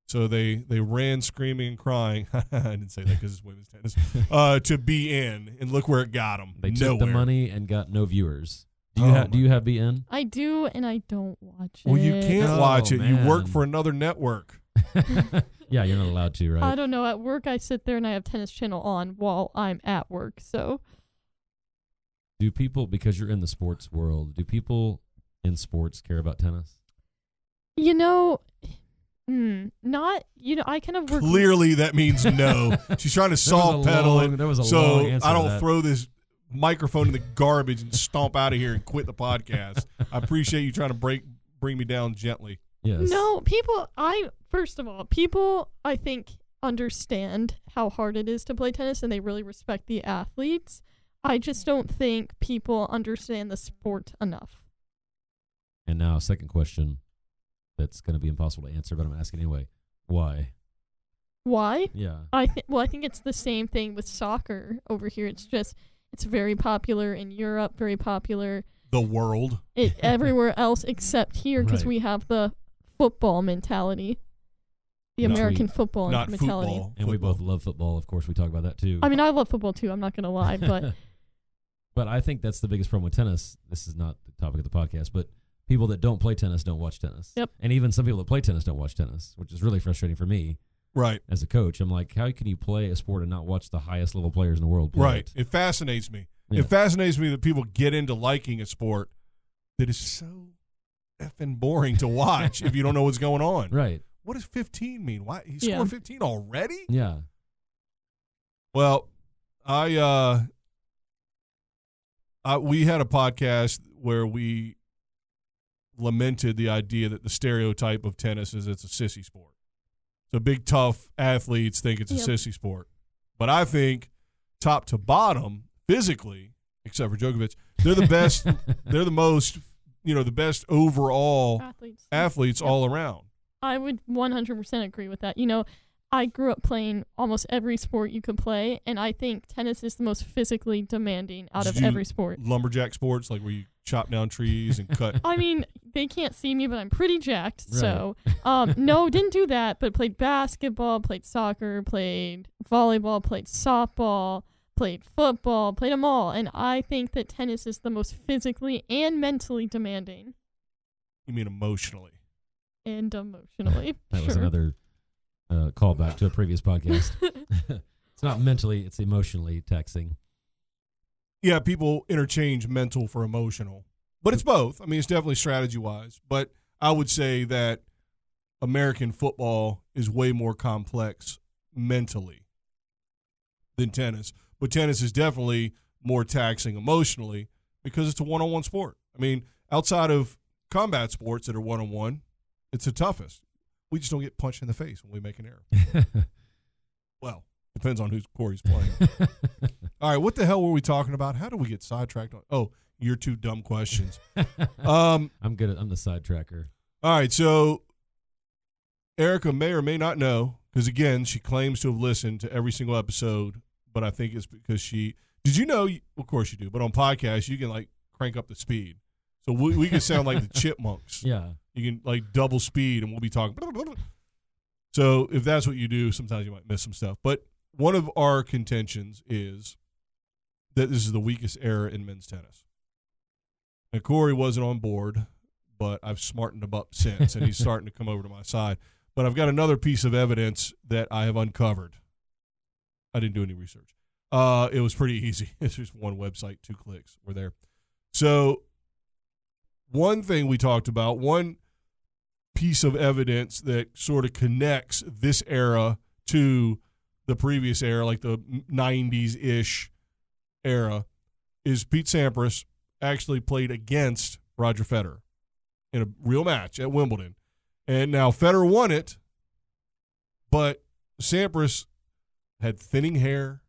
So they they ran screaming and crying. I didn't say that because it's women's tennis. Uh, to be in and look where it got them.
they
Nowhere.
took the money and got no viewers. Do you
Oh,
have?
my-
Do you have BN?
I do, and I don't watch it.
Well, you can't
Oh,
watch it. You work
man.
for another network.
yeah, you're not allowed to,
I
right?
don't know. At work, I sit there and I have Tennis Channel on while I'm at work. So
Do people because you're in the sports world? Do people in sports care about tennis?
you know, mm, not you know. I kind of work.
Clearly, that means no. She's trying to soft
a
pedal
long-
it.
there was a
so
long answer
I
to
don't
that.
throw this microphone in the garbage and stomp out of here and quit the podcast. I appreciate you trying to break bring me down gently.
Yes.
No, people. I first of all, people. I think understand how hard it is to play tennis, and they really respect the athletes. I just don't think people understand the sport enough.
And now, second question that's going to be impossible to answer, but I'm asking anyway. Why?
Why?
Yeah.
I think. Well, I think it's the same thing with soccer over here. It's just it's very popular in Europe. Very popular
The world.
it everywhere else except here because
Right.
we have the football mentality, the
Not
American football
not
mentality.
football.
And we
Football.
both love football. Of course, we talk about that too.
I mean, I love football too. I'm not gonna lie, but
But I think that's the biggest problem with tennis. This is not the topic of the podcast, but people that don't play tennis don't watch tennis.
Yep.
And even some people that play tennis don't watch tennis, which is really frustrating for me
Right,
as a coach. I'm like, how can you play a sport and not watch the highest level players in the world? Play
right.
it?
It fascinates me.
Yeah.
It fascinates me that people get into liking a sport that is so effing boring to watch if you don't know what's going on.
Right.
What does 15 mean? Why he
Yeah.
scored 15 already?
Yeah.
Well, I uh I, we had a podcast where we lamented the idea that the stereotype of tennis is it's a sissy sport. So big tough athletes think it's
Yep.
a sissy sport. But I think top to bottom, physically, except for Djokovic, they're the best they're the most you know, the best overall
athletes.
athletes all around.
I would 100% agree with that. You know, I grew up playing almost every sport you could play, and I think tennis is the most physically demanding out of
Did you-
every sport.
Lumberjack sports, like where you chop down trees and cut
I mean, they can't see me, but I'm pretty jacked. So, um, no, didn't do that, but played basketball, played soccer, played volleyball, played softball, played football, played them all. And I think that tennis is the most physically and mentally demanding
you mean emotionally.
and emotionally.
That was
Sure.
another uh, callback to a previous podcast. it's not mentally, it's emotionally taxing.
yeah, people interchange mental for emotional, but it's both. I mean, it's definitely strategy wise, but I would say that American football is way more complex mentally than tennis, but tennis is definitely more taxing emotionally because it's a one on one sport. I mean, outside of combat sports that are one on one, it's the toughest. We just don't get punched in the face when we make an error. Well, depends on who's Corey's playing. All right, what the hell were we talking about? How do we get sidetracked on? Oh, your two dumb questions. Um,
I'm good. At, I'm the sidetracker.
all right, so Erica may or may not know because again, she claims to have listened to every single episode, but I think it's because she. Did you know? Of course you do, but on podcasts you can like crank up the speed, so we we can sound like the chipmunks.
Yeah.
You can like double speed, and we'll be talking. So if that's what you do, sometimes you might miss some stuff. But one of our contentions is that this is the weakest error in men's tennis. And Corey wasn't on board, but I've smartened him up since, and he's starting to come over to my side. But I've got another piece of evidence that I have uncovered. I didn't do any research. Uh, it was pretty easy. It's just one website, two clicks. We're there. So one thing we talked about, one piece of evidence that sort of connects this era to the previous era, like the 90s ish era, is Pete Sampras actually played against Roger Federer in a real match at Wimbledon. And now Federer won it, but Sampras had thinning hair.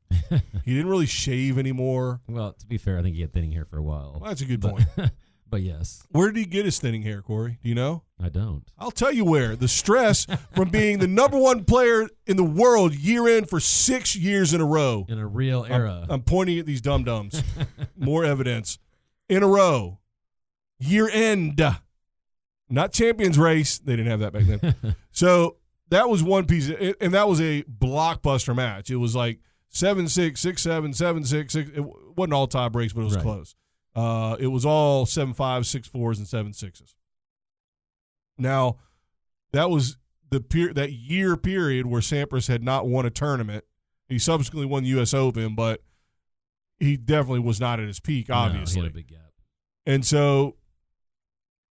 he didn't really shave anymore.
Well, to be fair, I think he had thinning hair for a while.
Well, that's a good
but,
point.
but yes,
Where did he get his thinning hair, Corey? Do you know?
I don't.
I'll tell you where. The stress from being the number one player in the world year in for six years in a row.
In a
Um,
real era.
I'm pointing at these dum dums. More evidence. In a row. Year end. Not champions race. They didn't have that back then. so that was one piece. Of, and that was a blockbuster match. It was like 7 6, 6 7, 7 6. six- It wasn't all tie breaks, but it was
Right.
close. Uh, it was all 7 5, 6 4s, and 7 6s. Now, that was the per- that year period where Sampras had not won a tournament. He subsequently won the U.S. Open, but he definitely was not at his peak,
No, he had a
obviously.
big gap.
and so,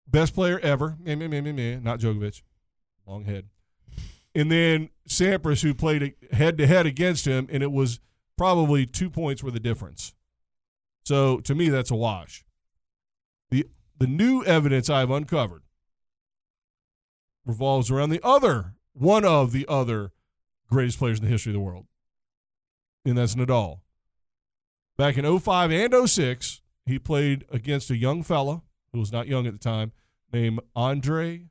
best player ever, meh, meh, meh, meh, meh, not Djokovic, long head. And then Sampras, who played head to head against him, and it was probably two points were the difference. So to me, that's a wash. the The new evidence I've uncovered revolves around the other one of the other greatest players in the history of the world, and that's Nadal. Back in 05 and 06, he played against a young fella who was not young at the time named Andre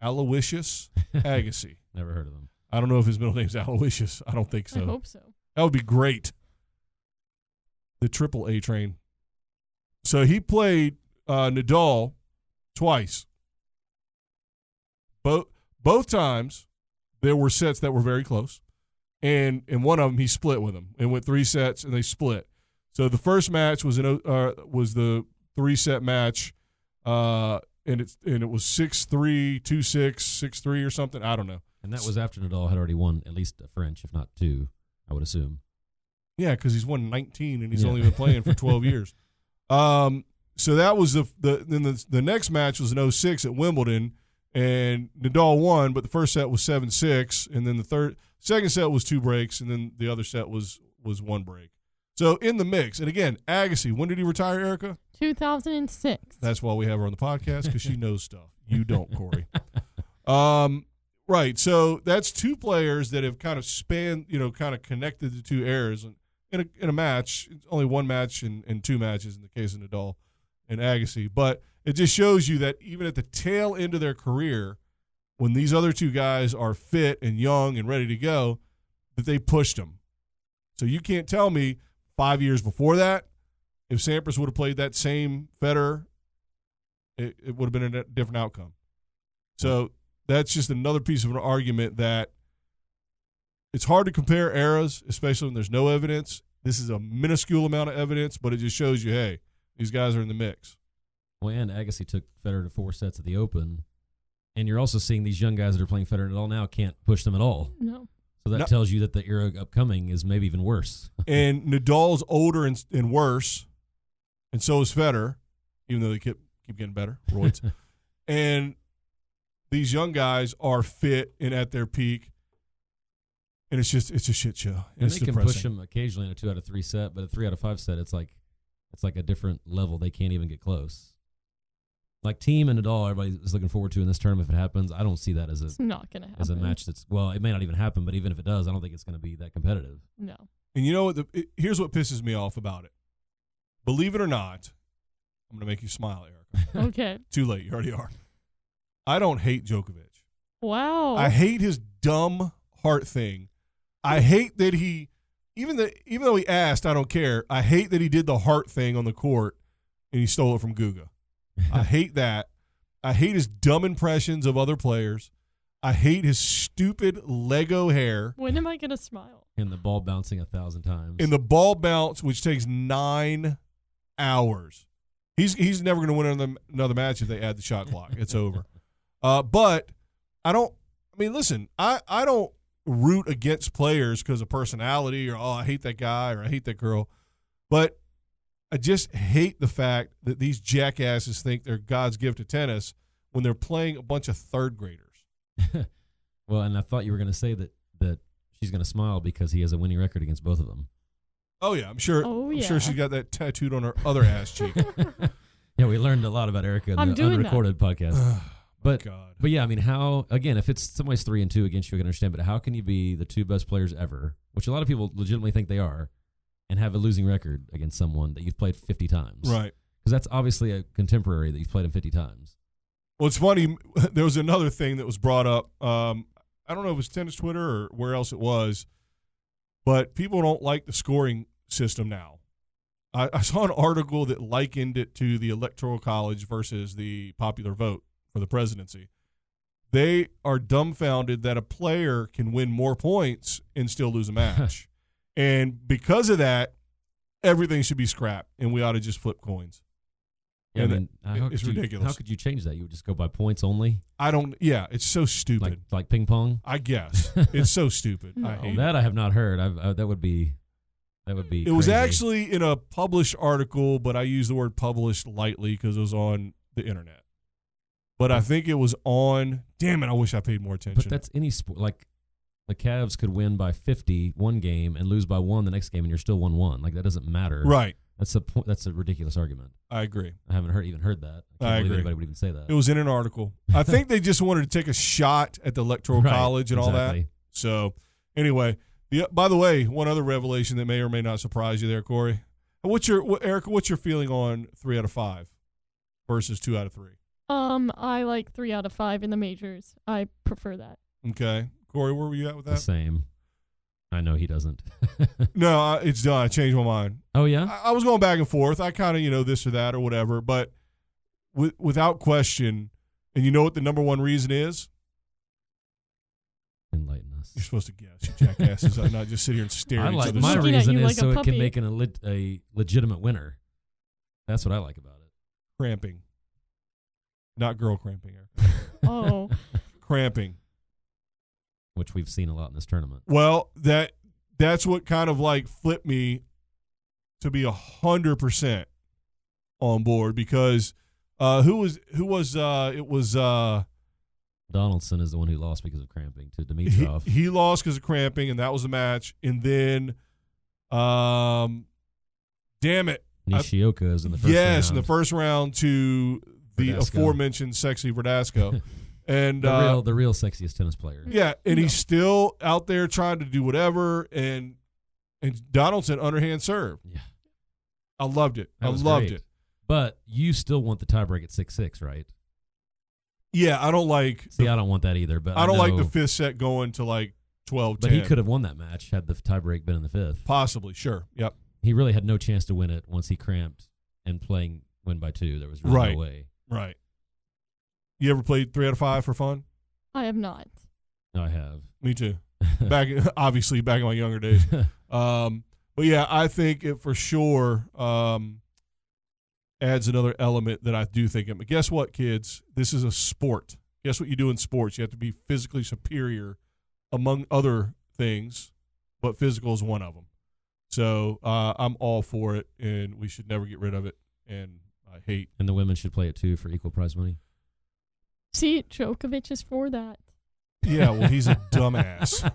Aloysius Agassi.
Never heard of him.
I don't know if his middle name's Aloysius. I don't think so.
I hope so.
That would be great. The triple A train. So he played uh, Nadal twice. Both both times, there were sets that were very close, and in one of them he split with him and went three sets and they split. So the first match was an o- uh, was the three set match, uh, and it's and it was six three two six six three or something. I don't know.
And that was after Nadal had already won at least a French, if not two, I would assume.
Yeah, because he's won 19 and he's
Yeah.
only been playing for 12 years. Um, so that was the the then the, the next match was in 06 at Wimbledon, and Nadal won, but the first set was seven six, and then the third second set was two breaks, and then the other set was was one break. So in the mix, and again, Agassi. When did he retire, Erica?
2006.
That's why we have her on the podcast because she knows stuff. You don't, Corey. Um, right. So that's two players that have kind of spanned, you know, kind of connected the two errors in in a, in a match. It's only one match and, and two matches in the case of Nadal and Agassi. But it just shows you that even at the tail end of their career, when these other two guys are fit and young and ready to go, that they pushed them. So you can't tell me five years before that, if Sampras would have played that same Federer, it, it would have been a different outcome. So that's just another piece of an argument that it's hard to compare eras, especially when there's no evidence. This is a minuscule amount of evidence, but it just shows you, hey, these guys are in the mix.
Well, and Agassi took Federer to four sets at the Open. And you're also seeing these young guys that are playing Federer and Nadal now can't push them at all.
No.
So that
No.
tells you that the era upcoming is maybe even worse.
and Nadal's older and, and worse, and so is Federer, even though they keep keep getting better. Roids. and these young guys are fit and at their peak, and it's just it's a shit show.
And
It's
they can
depressing.
push them occasionally in a two out of three set, but a three out of five set, it's like it's like a different level. They can't even get close. like team and Nadal, everybody is looking forward to in this term if it happens. I don't see that as a
It's not gonna happen.
as a match that's well, it may not even happen, but even if it does, I don't think it's going to be that competitive.
No.
And you know what? The, it- here's what pisses me off about it. Believe it or not, I'm going to make you smile, Eric.
Okay.
Too late. You already are. I don't hate Djokovic.
wow.
I hate his dumb heart thing. I hate that he even the even though he asked, I don't care. I hate that he did the heart thing on the court and he stole it from Guga. I hate that. I hate his dumb impressions of other players. I hate his stupid Lego hair
when am I gonna smile?
And the ball bouncing a thousand times.
and the ball bounce, which takes nine hours. He's he's never going to win another, another match if they add the shot clock. It's over. Uh, but I don't. I mean, listen, I I don't root against players because of personality or oh I hate that guy or I hate that girl, but I just hate the fact that these jackasses think they're God's gift to tennis when they're playing a bunch of third graders.
well, and I thought you were going to say that that she's going to smile because he has a winning record against both of them.
Oh yeah, I'm sure.
Oh,
I'm sure
yeah.
she's got that tattooed on her other ass cheek.
yeah, we learned a lot about Erica in
I'm
the
doing that.
unrecorded podcast. but
God.
but yeah, I mean, how again, if it's somebody's three and two against you, I can understand. But how can you be the two best players ever, which a lot of people legitimately think they are, and have a losing record against someone that you've played fifty times?
Right.
Because that's obviously a contemporary that you've played him fifty times.
Well, it's funny. There was another thing that was brought up. Um, I don't know if it was tennis Twitter or where else it was, but people don't like the scoring system now. I, I saw an article that likened it to the Electoral College versus the popular vote for the presidency. They are dumbfounded that a player can win more points and still lose a match. and because of that, everything should be scrapped and we ought to just flip coins.
Yeah,
And
I mean, uh, how
it's
could you-
ridiculous.
How could you change that? You would just go by points only,
I don't, yeah, it's so stupid.
like like ping pong.
I guess it's so stupid. I
No.
hate
Oh,
it.
that I have not heard. I've, I, that would be, that would be.
It was
crazy.
actually in a published article, but I use the word published lightly because it was on the internet. But I think it was on. Damn it! I wish I paid more attention.
But that's any sport. Like the Cavs could win by 50 one game and lose by one the next game, and you're still one one. Like that doesn't matter.
right.
That's a po- that's a ridiculous argument.
I agree.
I haven't heard even heard that. I, can't
I
believe
agree.
anybody would even say that.
It was in an article. I think they just wanted to take a shot at the electoral
Right,
college and all that.
exactly.
So anyway, the, by the way, one other revelation that may or may not surprise you there, Corey. What's your what, Erica? What's your feeling on three out of five versus two out of three?
Um, I like three out of five in the majors. I prefer that.
Okay, Corey, where were you at with
The
that?
same. I know he doesn't.
No, I- it's done. I changed my mind.
oh yeah.
I, I was going back and forth. I kind of, you know, this or that or whatever, but wi- without question, and you know what the number one reason is?
Enlighten
You're
us.
supposed to guess, you jackasses. I'm not just sit here and stare
I
at each
like
other.
my
Looking at
reason is
you like a
so it
puppy.
can make an, a, leg- a legitimate winner. That's what I like about it.
cramping. Not girl cramping, Eric.
Oh,
Cramping.
Which we've seen a lot in this tournament.
Well, that that's what kind of like flipped me to be a hundred percent on board because uh, who was who was uh, it was uh,
Donaldson is the one who lost because of cramping to
he,
Dimitrov.
he lost because of cramping, and that was the match. And then, um, damn it,
Nishioka is in the first
yes, in
round.
the first round to the
Verdasco.
aforementioned sexy Verdasco, and
the
uh,
real the real sexiest tennis player.
yeah, and
No.
he's still out there trying to do whatever. And and Donaldson underhand serve.
Yeah.
I loved it.
That
I
was
loved
great.
it.
But you still want the tiebreak at six six, right?
Yeah, I don't like.
See,
the,
I don't want that either. But
I don't like
know-
the fifth set going to like 12
But he could have won that match had the tiebreak been in the fifth.
possibly. Sure. Yep.
He really had no chance to win it once he cramped and playing win by two. There was really
Right.
no way.
Right. You ever played three out of five for fun?
I have not.
No, I have.
Me too. Back obviously back in my younger days. Um, but yeah, I think it for sure um, adds another element that I do think. But guess what, kids? This is a sport. Guess what you do in sports? You have to be physically superior, among other things, but physical is one of them. So uh, I'm all for it, and we should never get rid of it. And I hate.
and the women should play it too for equal prize money.
See, Djokovic is for that.
Yeah, well, he's a dumbass.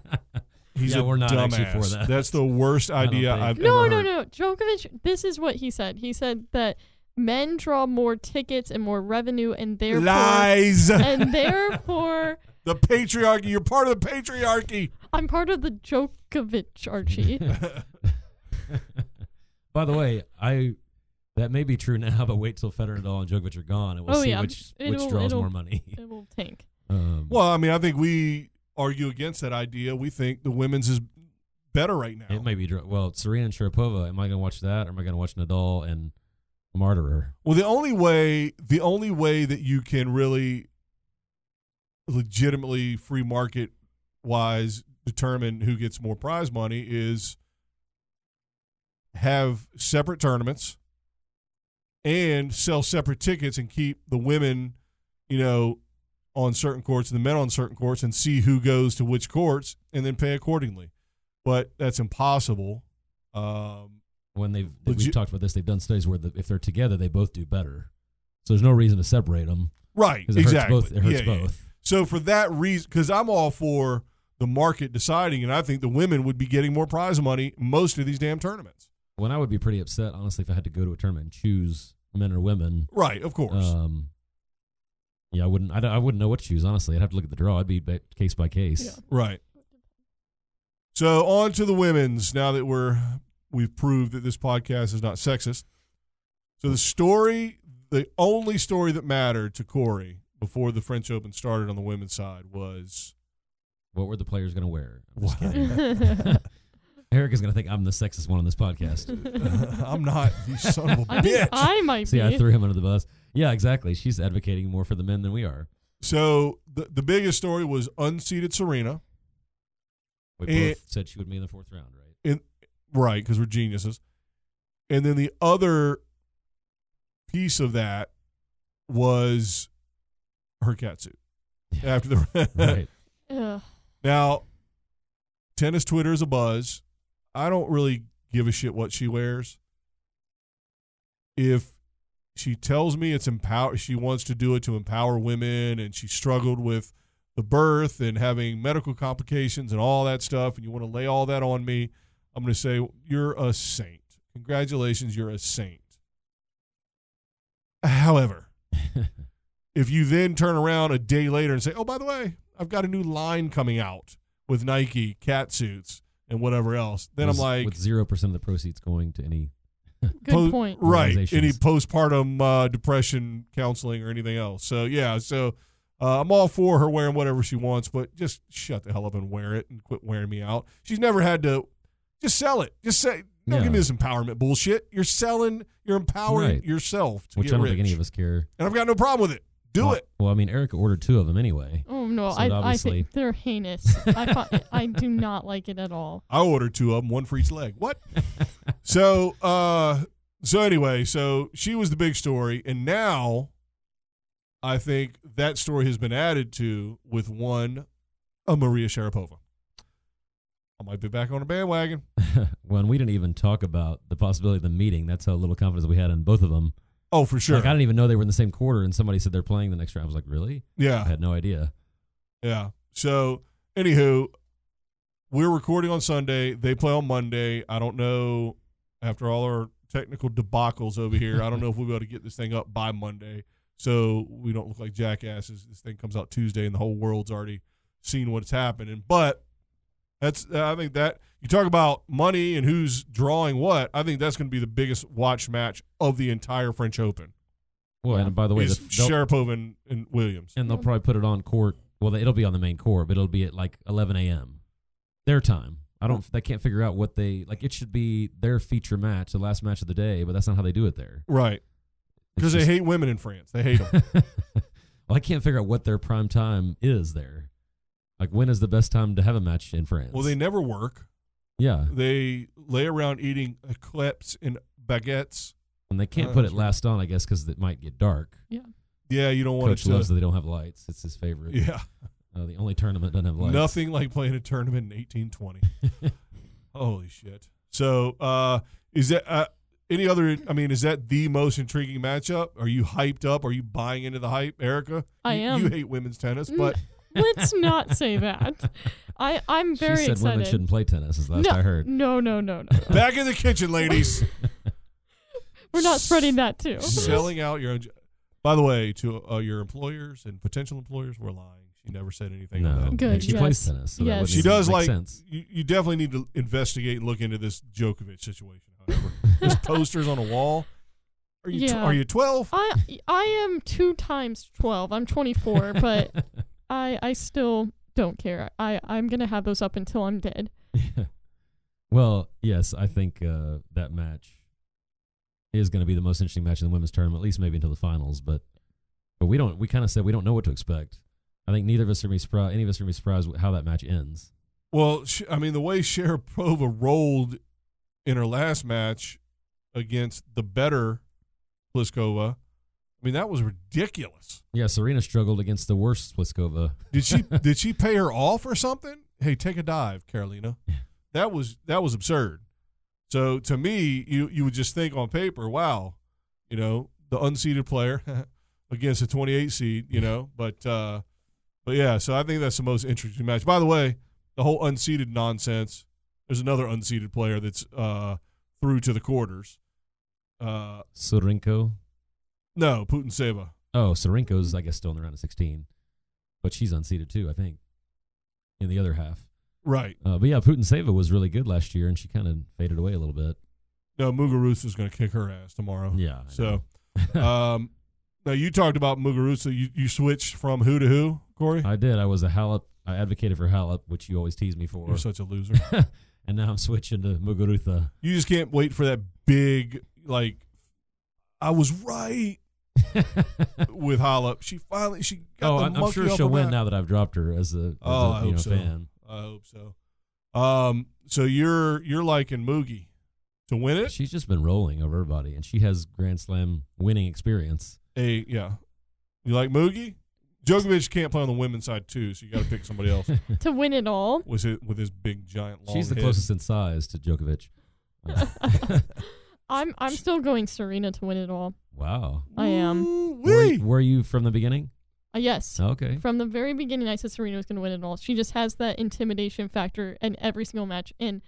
He's
Yeah,
a
we're not actually
dumbass.
for that.
That's the worst
I don't
idea
think-
I've
No,
ever
no,
heard.
no. Djokovic. This is what he said. He said that men draw more tickets and more revenue, and therefore,
Lies.
and therefore,
the patriarchy. You're part of the patriarchy.
I'm part of the Djokovic Archie.
By the way, I that may be true now, but wait till Federer, Nadal, and Djokovic are gone, and we'll
Oh,
see
yeah.
which
It'll-
which draws
it'll-
more money.
it will tank.
Um,
Well, I mean, I think we argue against that idea. We think the women's is better right now.
it may be dra- well Serena and Sharapova. Am I going to watch that, or am I going to watch Nadal and Martyrer?
Well, the only way the only way that you can really legitimately free market wise determine who gets more prize money is have separate tournaments and sell separate tickets and keep the women, you know, on certain courts and the men on certain courts and see who goes to which courts and then pay accordingly. But that's impossible. Um,
When they've
Would
we've
you-
talked about this, they've done studies where the, if they're together, they both do better. So there's no reason to separate them
right.
because it
exactly.
hurts both. It hurts
Yeah, yeah, yeah.
both.
So for that reason, because I'm all for the market deciding, and I think the women would be getting more prize money most of these damn tournaments.
When I would be pretty upset, honestly, if I had to go to a tournament and choose men or women.
Right, of course.
Um, yeah, I wouldn't. I, don't- I wouldn't know what to choose. Honestly, I'd have to look at the draw. I'd be ba- case by case.
Yeah.
right. So on to the women's. Now that we're we've proved that this podcast is not sexist. So the story, the only story that mattered to Corey before the French Open started on the women's side was
What were the players going to wear? I'm just
What?
kidding. Eric is going to think I'm the sexist one on this podcast.
I'm not you son of a
I think
bitch.
I might
See,
be.
I threw him under the bus. Yeah, exactly. She's advocating more for the men than we are.
so the the biggest story was unseated Serena.
We
Eh.
both said she would be in the fourth round, right?
Right, because we're geniuses. And then the other piece of that was her catsuit. After the
Right.
Ugh.
now, tennis Twitter is a buzz. I don't really give a shit what she wears. If she tells me it's empower, she wants to do it to empower women, and she struggled with the birth and having medical complications and all that stuff, and you want to lay all that on me, I'm going to say you're a saint. Congratulations, you're a saint. However, if you then turn around a day later and say, "Oh, by the way, I've got a new line coming out with Nike cat suits and whatever else," then
With-
I'm like,
with zero percent of the proceeds going to any.
Good
po-
point.
right?
Organizations.
Any postpartum uh, depression counseling or anything else. So yeah, so uh, I'm all for her wearing whatever she wants, but just shut the hell up and wear it and quit wearing me out. She's never had to. Just sell it. Just say, don't
Yeah.
give me this empowerment bullshit. You're selling. You're empowering
Right.
yourself to
Which I
get
don't
rich,
think any of us care.
and I've got no problem with it. Do
well,
it.
Well, I mean, Erica ordered two of them anyway.
Oh no,
So it
I, I
obviously-
think they're heinous. I fi- I do not like it at all.
I ordered two of them, one for each leg. What? so, uh, so anyway, so she was the big story, and now I think that story has been added to with one, a Maria Sharapova. I might be back on a bandwagon.
when we didn't even talk about the possibility of the meeting, that's how little confidence we had in both of them.
Oh, for sure.
Like, I didn't even know they were in the same quarter, and somebody said they're playing the next round. I was like, really? I
yeah,
had no idea.
yeah. So, anywho, we're recording on Sunday. They play on Monday. I don't know. After all our technical debacles over here, I don't know if we'll be able to get this thing up by Monday. So we don't look like jackasses. This thing comes out Tuesday, and the whole world's already seen what's happening. But that's I think that you talk about money and who's drawing what. I think that's going to be the biggest watch match of the entire French Open.
Well, and by the way,
is
the, they'll-
Sharapova and, and Williams.
and they'll probably put it on court. Well, it'll be on the main court, but it'll be at like 11 a.m. their time. I don't. They can't figure out what they like. It should be their feature match, the last match of the day, but that's not how they do it there.
Right,
It's
because they
just-
hate women in France. They hate them.
well, I can't figure out what their prime time is there. Like, when is the best time to have a match in France?
well, they never work.
yeah,
They lay around eating eclipse and baguettes.
and they can't
Uh,
put it
sure.
last on, I guess, because it might get dark.
Yeah, you don't want
Coach
it to.
loves that they don't have lights. It's his favorite.
yeah,
Uh, the only tournament that doesn't have lights.
nothing like playing a tournament in 1820. Holy shit! So, uh, is that uh, any other? I mean, is that the most intriguing matchup? Are you hyped up? Are you buying into the hype, Erica?
I
You-
am.
You hate women's tennis,
Mm,
but
Let's not say that. I I'm
she
very
said
excited.
women shouldn't play tennis. Is the last
no,
I heard.
no, no, no, no.
back in the kitchen, ladies.
We're not spreading that too.
selling out your own. jo- By the way, to uh, your employers and potential employers, we're lying. She never said anything.
No,
About that.
Good,
and she plays
yes.
tennis. So
Yes.
that
She does like.
sense.
You, you definitely need to investigate and look into this Djokovic situation. However, there's posters on a wall. Are you tw-
Yeah.
are you 12?
I I am two times twelve. I'm 24, but I I still don't care. I I'm gonna have those up until I'm dead.
Yeah. Well, yes, I think uh, that match is going to be the most interesting match in the women's tournament, at least maybe until the finals. But but we don't. We kind of said we don't know what to expect. I think neither of us are going to be surprised. Any of us are going to be surprised with how that match ends.
Well, sh- I mean, the way Sharapova rolled in her last match against the better Pliskova, I mean, that was ridiculous.
Yeah, Serena struggled against the worst Pliskova.
Did she did she pay her off or something? Hey, take a dive, Carolina. That was that was absurd. So to me, you you would just think on paper, wow, you know, the unseeded player against a 28 seed, you know, but uh but yeah, so I think that's the most interesting match. By the way, the whole unseeded nonsense. There's another unseeded player that's uh through to the quarters. Uh
Sorinko.
no, Putin Seva.
Oh, Sorinko's I guess still in the round of sixteen, but she's unseeded too. I think in the other half.
Right.
Uh, but yeah, Putin Seva was really good last year, and she kind of faded away a little bit.
No, Muguruza's going to kick her ass tomorrow.
Yeah. I
So, um, now you talked about Muguruza. You, you switched from who to who, Corey?
I did. I was a Halep. I advocated for Halep, which you always tease me for.
You're such a loser.
and now I'm switching to Muguruza.
you just can't wait for that big, like, I was right with Hollop. She finally, she got
oh,
the
I- I'm
monkey
sure
off
she'll
her
win
back.
now that I've dropped her as a, as a,
Oh, I
you
hope
know,
so.
fan.
I hope so. Um, so you're you're liking Moogie to win it.
She's just been rolling over everybody, and she has Grand Slam winning experience.
A yeah, you like Moogie? Djokovic can't play on the women's side too, so you got to pick somebody else.
To win it all,
Was it with his big giant long?
She's the
head.
closest in size to Djokovic. Uh,
I'm I'm still going Serena to win it all.
wow.
I am.
Were,
Ooh-wee.
were you from the beginning?
Uh, yes.
Okay.
From the very beginning, I said Serena was going to win it all. She just has that intimidation factor in every single match. And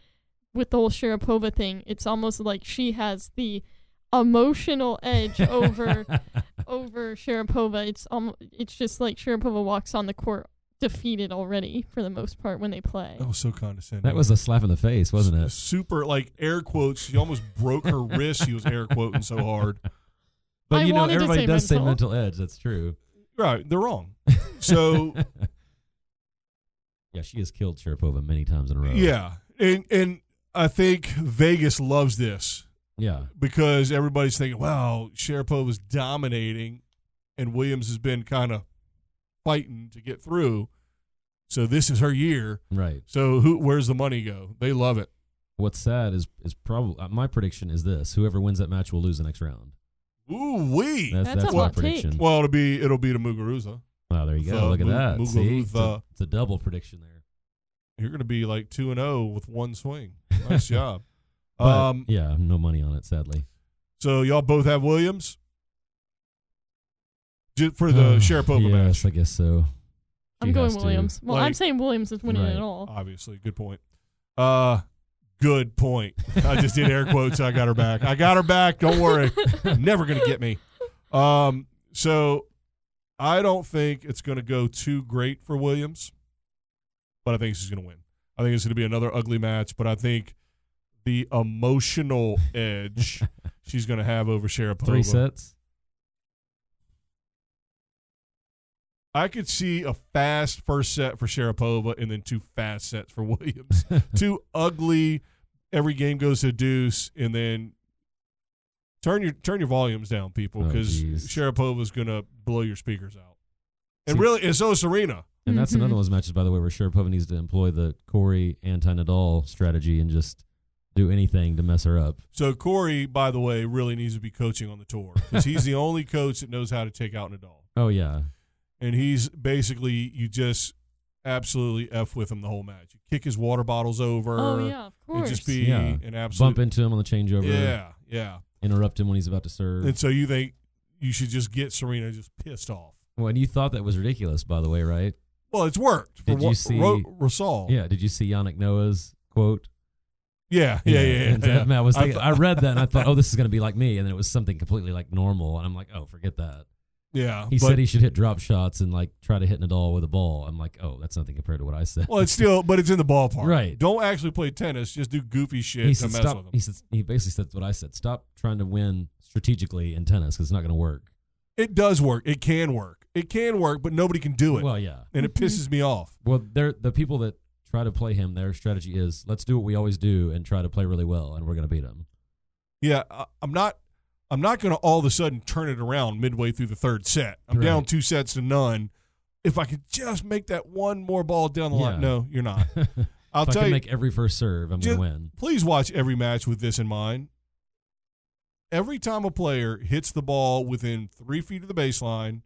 with the whole Sharapova thing, it's almost like she has the emotional edge over over Sharapova. It's almost it's just like Sharapova walks on the court defeated already for the most part when they play.
That was so condescending.
That was a slap in the face, wasn't it?
super like air quotes. She almost broke her wrist. She was air quoting so hard.
But
I
you know,
wanted to
everybody
say
does say
mental.
mental edge. That's true.
Right, they're wrong. So
Yeah, she has killed Sharapova many times in a row.
yeah, and and I think Vegas loves this
Yeah.
because everybody's thinking, "Wow, Sharapova is dominating," and Williams has been kind of fighting to get through. So this is her year.
Right.
So who? Where's the money go? They love it.
What's sad is is probably uh, my prediction is this: whoever wins that match will lose the next round.
Ooh wee.
That's,
That's a
my
hot take.
prediction.
Well, it'll be it'll be to Muguruza.
Wow, there you go.
The
Look at
Mu-
that. See, it's
Muguruza.
a, it's a double prediction there.
You're gonna be like two and zero with one swing. Nice job.
But,
um,
yeah, no money on it, sadly.
So y'all both have Williams Ju- for the
Uh,
Sharapova
Yes, I
match.
guess so.
I'm
She
going
has to.
Williams. Well, I'm
Like-
saying Williams is winning
Right.
it all.
Obviously, good point. Uh, good point. I just did air quotes. I got her back. I got her back. Don't worry. Uh, Never gonna get me. Um, so I don't think it's gonna go too great for Williams, but I think she's gonna win. I think it's gonna be another ugly match, but I think the emotional edge she's gonna have over Sharapova.
Three sets.
I could see a fast first set for Sharapova and then two fast sets for Williams. two ugly, every game goes to deuce, and then turn your turn your volumes down, people,
Oh,
because
geez.
Sharapova's gonna blow your speakers out. And
See-
really, and so is Serena.
And that's another
Mhm.
one of those matches, by the way, where Sharapova needs to employ the Corey anti Nadal strategy and just do anything to mess her up.
So Corey, by the way, really needs to be coaching on the tour because he's the only coach that knows how to take out Nadal,
Oh yeah,
and he's basically you just absolutely f with him the whole match. You kick his water bottles over.
Oh yeah, of
and
course.
just be
Yeah.
an absolute
bump into him on the changeover,
Yeah, yeah.
interrupt him when he's about to serve.
And so you think you should just get Serena just pissed off?
well, and you thought that was ridiculous, by the way, right?
Well, it's worked for
Did you
what,
see-
Ro- Rosal.
Yeah. Did you see Yannick Noah's quote?
Yeah, yeah, yeah. yeah,
And, uh,
yeah.
man, I was
I
thinking, I, read that and I thought, oh, this is going to be like me, and then it was something completely like normal, and I'm like, oh, forget that.
yeah.
He
but-
said he should hit drop shots and like try to hit Nadal with a ball. I'm like, oh, that's nothing compared to what I said.
Well, it's still, but it's in the ballpark.
Right.
Don't actually play tennis. Just do goofy shit
he
to
said,
mess
stop.
with
He
them.
said he basically said what I said. Stop trying to win strategically in tennis because it's not going to work.
It does work. It can work. It can work, but nobody can do it,
Well, yeah.
and it pisses me off.
Well, they're the people that try to play him. Their strategy is let's do what we always do and try to play really well, and we're going to beat him.
Yeah, I, I'm not. I'm not going to all of a sudden turn it around midway through the third set. I'm
Right.
down two sets to none. If I could just make that one more ball down the line,
Yeah.
no, you're not. I'll
if I
tell
can
you.
make every first serve, I'm
Ju-
going to win.
please watch every match with this in mind. Every time a player hits the ball within three feet of the baseline,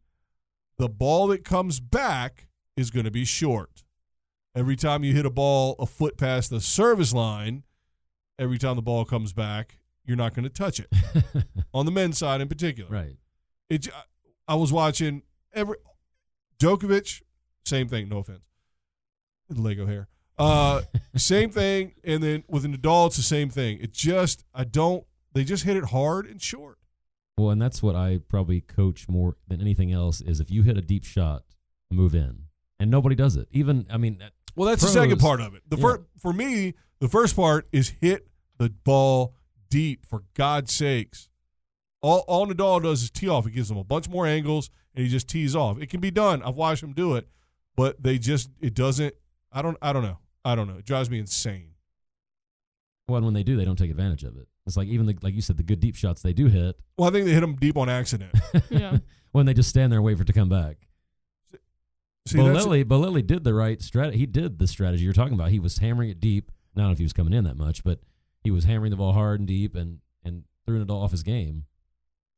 the ball that comes back is going to be short. Every time you hit a ball a foot past the service line, every time the ball comes back, you're not going to touch it. On the men's side, in particular,
right.
it. j- I was watching every Djokovic. Same thing. No offense. Lego hair. Uh, same thing. And then with an adult, it's the same thing. It just I don't. They just hit it hard and short.
Well, and that's what I probably coach more than anything else is if you hit a deep shot, move in, and nobody does it. Even I mean, that-
Well, that's
Pros.
the second part of it. The
Yeah.
first for me, the first part is hit the ball deep. For God's sakes, all all Nadal does is tee off. He gives them a bunch more angles, and he just tees off. It can be done. I've watched him do it, but they just it doesn't. I don't. I don't know. I don't know. It drives me insane.
well, and when they do, they don't take advantage of it. It's like even the, like you said, the good deep shots they do hit
Well, I think they hit him deep on accident.
Yeah.
when they just stand there and wait for it to come back.
See,
But
that's,
Lily, but Lily did the right strategy. He did the strategy you're talking about. He was hammering it deep. I don't know if he was coming in that much, but he was hammering the ball hard and deep and, and threw it all off his game.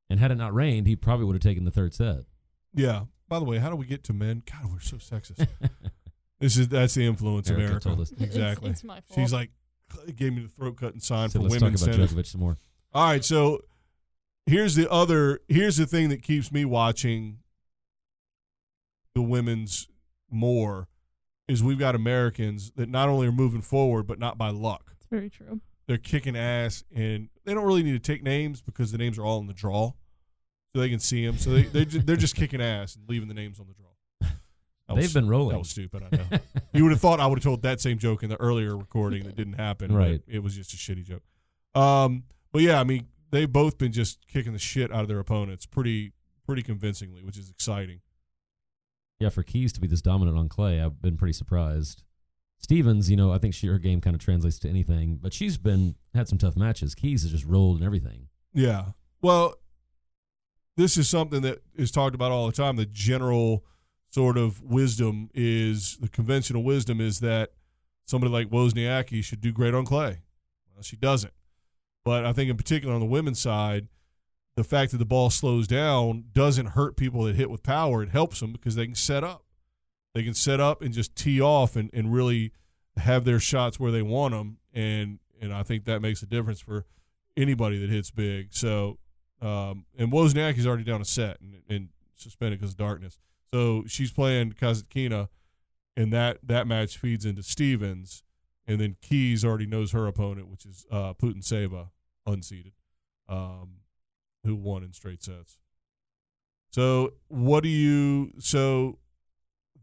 And had it not rained, he probably would have taken the third set.
yeah. By the way, how do we get to men? God, we're so sexist. this is that's the influence of
Erica
Erica.
told us.
It's-
Exactly.
It's, my fault.
She's like, gave me the throat cut and sign
So
for
let's
women's
talk about
tennis.
Djokovic some more.
All right, so here's the other. Here's the thing that keeps me watching the women's more is we've got Americans that not only are moving forward, but not by luck.
it's very true.
they're kicking ass and they don't really need to take names because the names are all in the draw so they can see them so they, they're, just, they're just kicking ass and leaving the names on the draw That
They've
was-
been rolling.
that was stupid i know you would have thought i would have told that same joke in the earlier recording that didn't happen but
Right.
it was just a shitty joke um, but yeah i mean they've both been just kicking the shit out of their opponents pretty pretty convincingly which is exciting
yeah, for Keys to be this dominant on clay, I've been pretty surprised. Stevens, you know, I think she, her game kind of translates to anything, but she's been had some tough matches. Keys has just rolled and everything.
Yeah. Well, this is something that is talked about all the time. The general sort of wisdom is the conventional wisdom is that somebody like Wozniacki should do great on clay. Well, she doesn't. But I think in particular on the women's side, the fact that the ball slows down doesn't hurt people that hit with power. It helps them because they can set up. They can set up and just tee off and, and really have their shots where they want them. And, and I think that makes a difference for anybody that hits big. So, um, and Wozniacki's already down a set and, and suspended because of darkness. So she's playing Kazatkina, and that that match feeds into Stevens, and then Keys already knows her opponent, which is uh, Putin Seba, unseeded, um, who won in straight sets. So what do you? So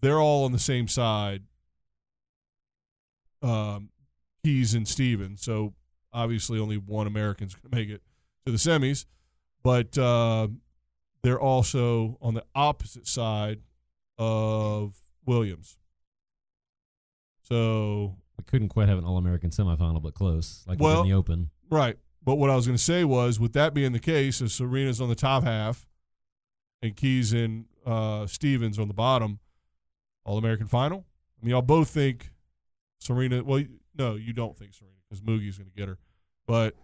they're all on the same side. Um, Keys and Stevens. So obviously only one American's going to make it to the semis, but uh, they're also on the opposite side of Williams. So
We couldn't quite have an All American semifinal, but close, like
Well-
in the Open.
right, but what I was going to say was, with that being the case, as Serena's on the top half, and Keys and uh, Stevens on the bottom, All American final. I mean, y'all both think Serena. Well, you- no, you don't think Serena because Moogie's going to get her, but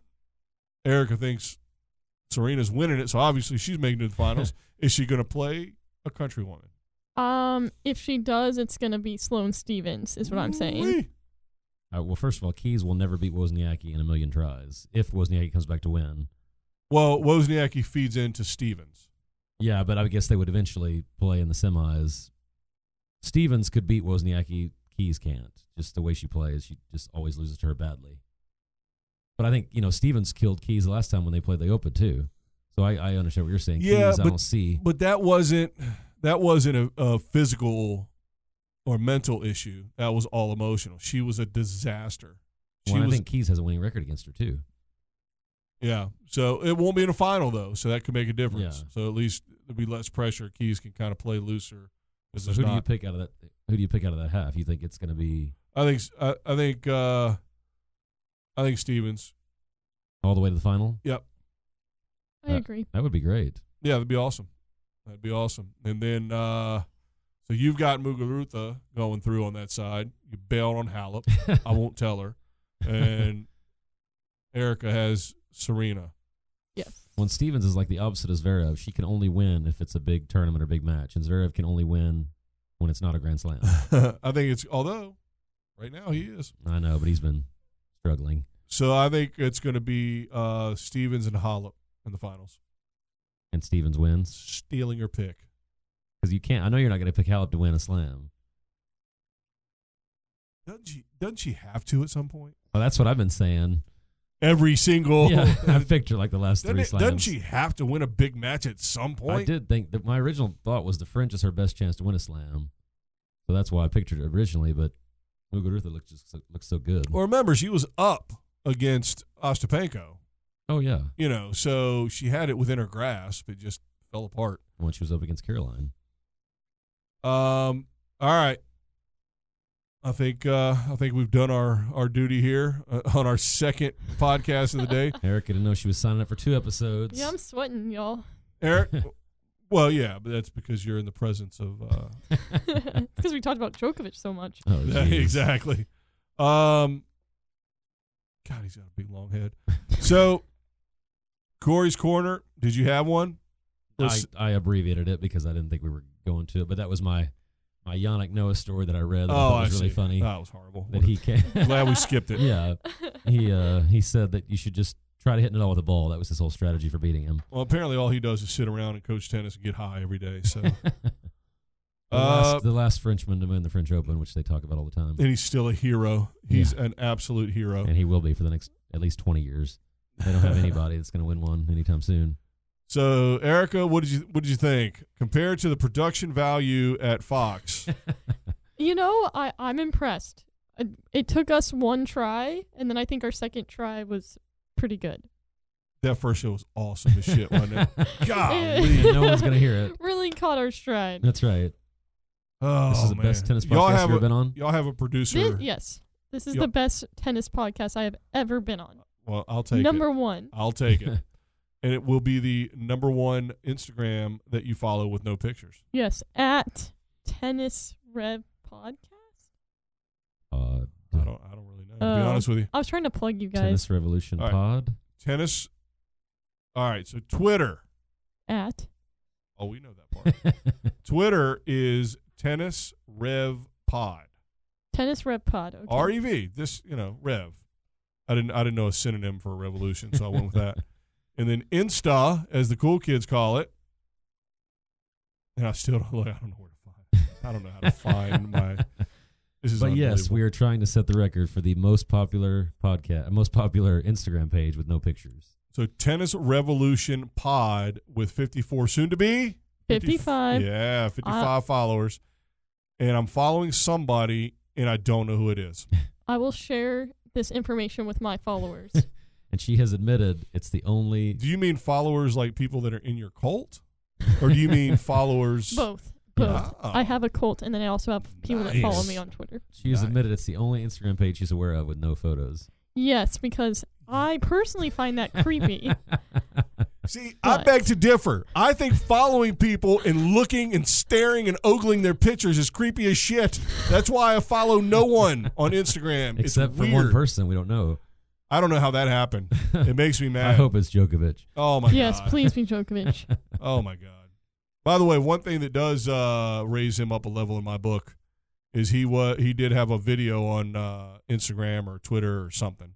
Erica thinks Serena's winning it, so obviously she's making it to the finals. Is she going to play a country woman?
Um, if she does, it's gonna be Sloane Stevens, is what I'm saying.
Wee.
Uh, well, first of all, Keys will never beat Wozniacki in a million tries if Wozniacki comes back to win.
Well, Wozniacki feeds into Stevens.
Yeah, but I would guess they would eventually play in the semis. Stevens could beat Wozniacki. Keys can't. Just the way she plays, she just always loses to her badly. But I think you know Stevens killed Keys last time when they played the Open too. So I, I understand what you're saying.
Yeah,
Keys, I
but-
don't see.
But that wasn't that wasn't a, a physical or mental issue. That was all emotional. She was a disaster. She
Well, and I
was
think Keys has a winning record against her too.
yeah. So it won't be in a final though, so that could make a difference.
Yeah.
So at least there'll be less pressure. Keys can kind of play looser. 'cause
So
there's
who do you
not-
pick out of that? Who do you pick out of that half? You think it's going to be
I think s- I, I think uh, I think Stevens.
all the way to the final?
Uh,
I agree.
That would be great.
Yeah, that'd be awesome. That'd be awesome. And then uh, so you've got Muguruza going through on that side. You bailed on Halep. I won't tell her. And Erica has Serena.
Yes.
when Stevens is like the opposite of Zverev, she can only win if it's a big tournament or big match, and Zverev can only win when it's not a Grand Slam.
I think it's although right now he is.
I know, but he's been struggling.
So I think it's going to be uh, Stevens and Halep in the finals.
And Stevens wins
Stealing her pick.
because you can't. I know you're not going to pick Halep to win a slam.
Doesn't she? Doesn't she have to at some point?
Well, that's what I've been saying.
Every single.
Yeah, I've picked her like the last
Oh. doesn't,
three
it-
slams.
doesn't she have to win a big match at some
I
point?
did think that my original thought was the French is her best chance to win a slam, so that's why I pictured it originally. But Muguruza looks just so, looks so good.
Well, remember she was up against Ostapenko.
oh yeah,
You know, so she had it within her grasp. It just fell apart.
when she was up against Caroline.
Um. All right. I think uh, I think we've done our our duty here uh, on our second podcast of the day.
Erica didn't know she was signing up for two episodes.
Yeah, I'm sweating, y'all.
Eric. Well, yeah, but that's because you're in the presence of uh,
Because we talked about Djokovic so much.
Oh, geez.
exactly. Um. God, he's got a big long head. So, Corey's corner. Did you have one?
I,
Let's-
I abbreviated it because I didn't think we were going to it, but that was my my Yannick Noah story that I read. That I
oh,
thought was really
see.
funny
That was horrible.
that he came.
Glad we skipped it.
yeah, he uh, he said that you should just try to hit it all with a ball. That was his whole strategy for beating him.
Well, apparently all he does is sit around and coach tennis and get high every day. So, uh,
The, last, the last Frenchman to win the French Open, which they talk about all the time,
and he's still a hero. He's an absolute hero.
and he will be for the next at least twenty years. They don't have anybody that's going to win one anytime soon.
So, Erica, what did you what did you think compared to the production value at Fox?
You know, I, I'm impressed. Uh, It took us one try, and then I think our second try was pretty good.
that first show was awesome as shit, wasn't it? Golly.
And no one's going to hear it.
Really caught our stride.
That's right.
Oh,
This is the
man.
best tennis
y'all
podcast
have
you've ever
a,
been on.
Y'all have a producer.
Thi- yes. This is
Yup.
the best tennis podcast I have ever been on.
Well, I'll take
Number
it.
one.
I'll take it. and it will be the number one Instagram that you follow with no pictures.
Yes. At Tennis Rev Podcast.
Uh,
I don't. I don't really know. to be
Oh.
honest with you,
I was trying to plug you guys
Tennis Revolution
All right.
Pod.
tennis. All right. So Twitter.
at
Oh, we know that part. Twitter is tennis rev pod.
Tennis Rev Pod. Okay.
R E V. This you know rev. I didn't I didn't know a synonym for a revolution, so I went with that. And then Insta, as the cool kids call it. And I still don't like, I don't know where to find. I don't know how to find my. This is
But yes,
unbelievable.
we are trying to set the record for the most popular podcast, most popular Instagram page with no pictures.
so tennis revolution pod with fifty four soon to be
55.
Yeah, fifty
Uh,
five followers, and I'm following somebody, and I don't know who it is.
I will share this information with my followers.
And she has admitted it's the only.
Do you mean followers like people that are in your cult, or do you mean followers?
Both. Both.
Oh.
I have a cult, and then I also have people that follow
Nice.
me on Twitter.
She has
Nice.
admitted it's the only Instagram page she's aware of with no photos.
Yes, because I personally find that creepy.
See, I
But-
beg to differ. I think following people and looking and staring and ogling their pictures is creepy as shit. That's why I follow no one on Instagram.
Except
it's
for
weird.
one person we don't know.
I don't know how that happened. It makes me mad.
I hope it's Djokovic.
Oh my
yes,
god.
please be Djokovic.
Oh my god. By the way, one thing that does uh, raise him up a level in my book is he was he did have a video on uh, Instagram or Twitter or something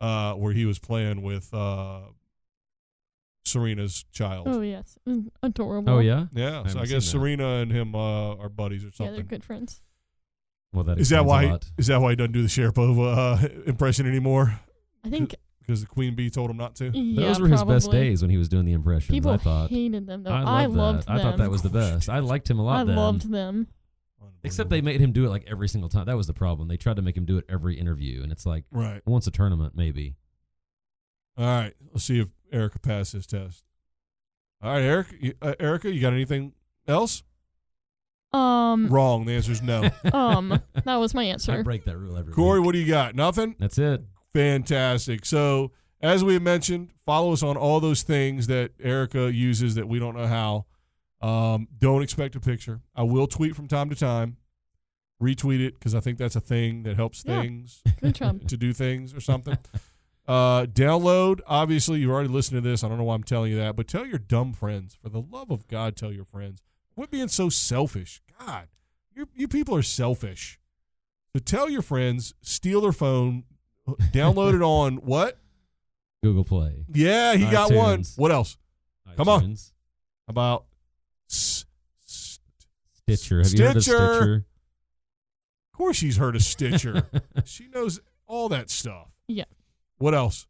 uh, where he was playing with uh, Serena's child.
oh yes, Mm, adorable.
Oh, yeah?
Yeah,
I
so I
haven't
guess
seen that.
Serena and him uh, are buddies or
yeah, they're
something.
good friends.
Well, that
is that
explains a
why?
lot.
Is that why he doesn't do the Sharapova uh, impression anymore?
I think
because the queen bee told him not to.
Yeah,
Those were his best
probably.
days when he was doing the impressions.
People
I thought.
hated them though.
I,
I,
loved
loved
that.
them.
I thought that was the best. I liked him a lot
I
then.
loved them.
Except they made him do it like every single time. That was the problem. They tried to make him do it every interview, and it's like
right.
once a tournament maybe.
All right. Let's see if Erica passed his test. All right, Eric, you- uh, Erica, you got anything else?
Um,
Wrong. The answer is no.
um, that was my answer.
I break that rule every
Corey,
week.
what do you got? Nothing.
That's it.
Fantastic. So, as we mentioned, follow us on all those things that Erica uses that we don't know how. Um, don't expect a picture. I will tweet from time to time, retweet it because I think that's a thing that helps
Yeah.
things
Good job.
to do things or something. uh, download. Obviously, you've already listened to this. I don't know why I'm telling you that, but tell your dumb friends. For the love of God, tell your friends. Quit being so selfish. God, you you people are selfish. So tell your friends. Steal their phone. Download it on what?
Google Play.
Yeah, he got one.
iTunes.
What else? Come on.
iTunes,
About s- s-
Stitcher. Have you heard of
Stitcher.
Stitcher?
of course she's heard of Stitcher. she knows all that stuff.
Yeah.
What else?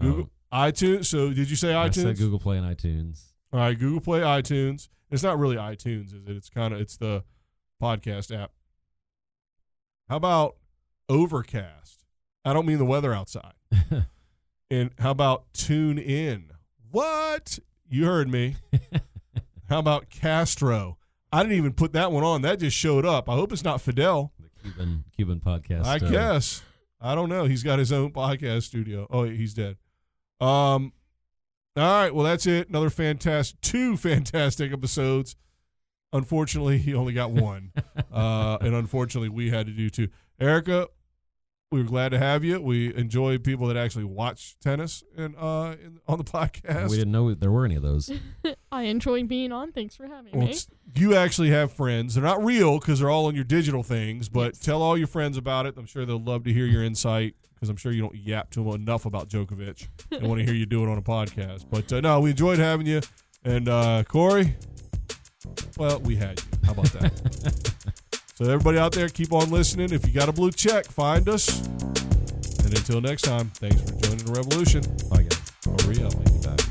Google iTunes. So did you say
Oh. I
iTunes?
said Google Play and iTunes.
All right, Google Play, iTunes. It's not really iTunes, is it? It's kind of it's the podcast app. How about Overcast? I don't mean the weather outside. and how about Tune In? What? You heard me. how about Castro? I didn't even put that one on. That just showed up. I hope it's not Fidel.
The Cuban Cuban podcast.
I
uh,
guess. I don't know. He's got his own podcast studio. Oh, he's dead. Um all right, well that's it. Another fantastic two fantastic episodes. Unfortunately, he only got one. uh and unfortunately, we had to do two. Erica, we were glad to have you. We enjoy people that actually watch tennis and uh in, on the podcast.
We didn't know there were any of those.
I enjoyed being on. Thanks for having
Well,
me.
it's- you actually have friends. They're not real because they're all on your digital things, but tell all your friends about it. I'm sure they'll love to hear your insight because I'm sure you don't yap to them enough about Djokovic and want to hear you do it on a podcast. But uh, no, we enjoyed having you. And uh, Corey, well, we had you. How about that? so, everybody out there, keep on listening. If you got a blue check, find us. And until next time, thanks for joining the revolution.
I guess.
Corey, I'll make you back.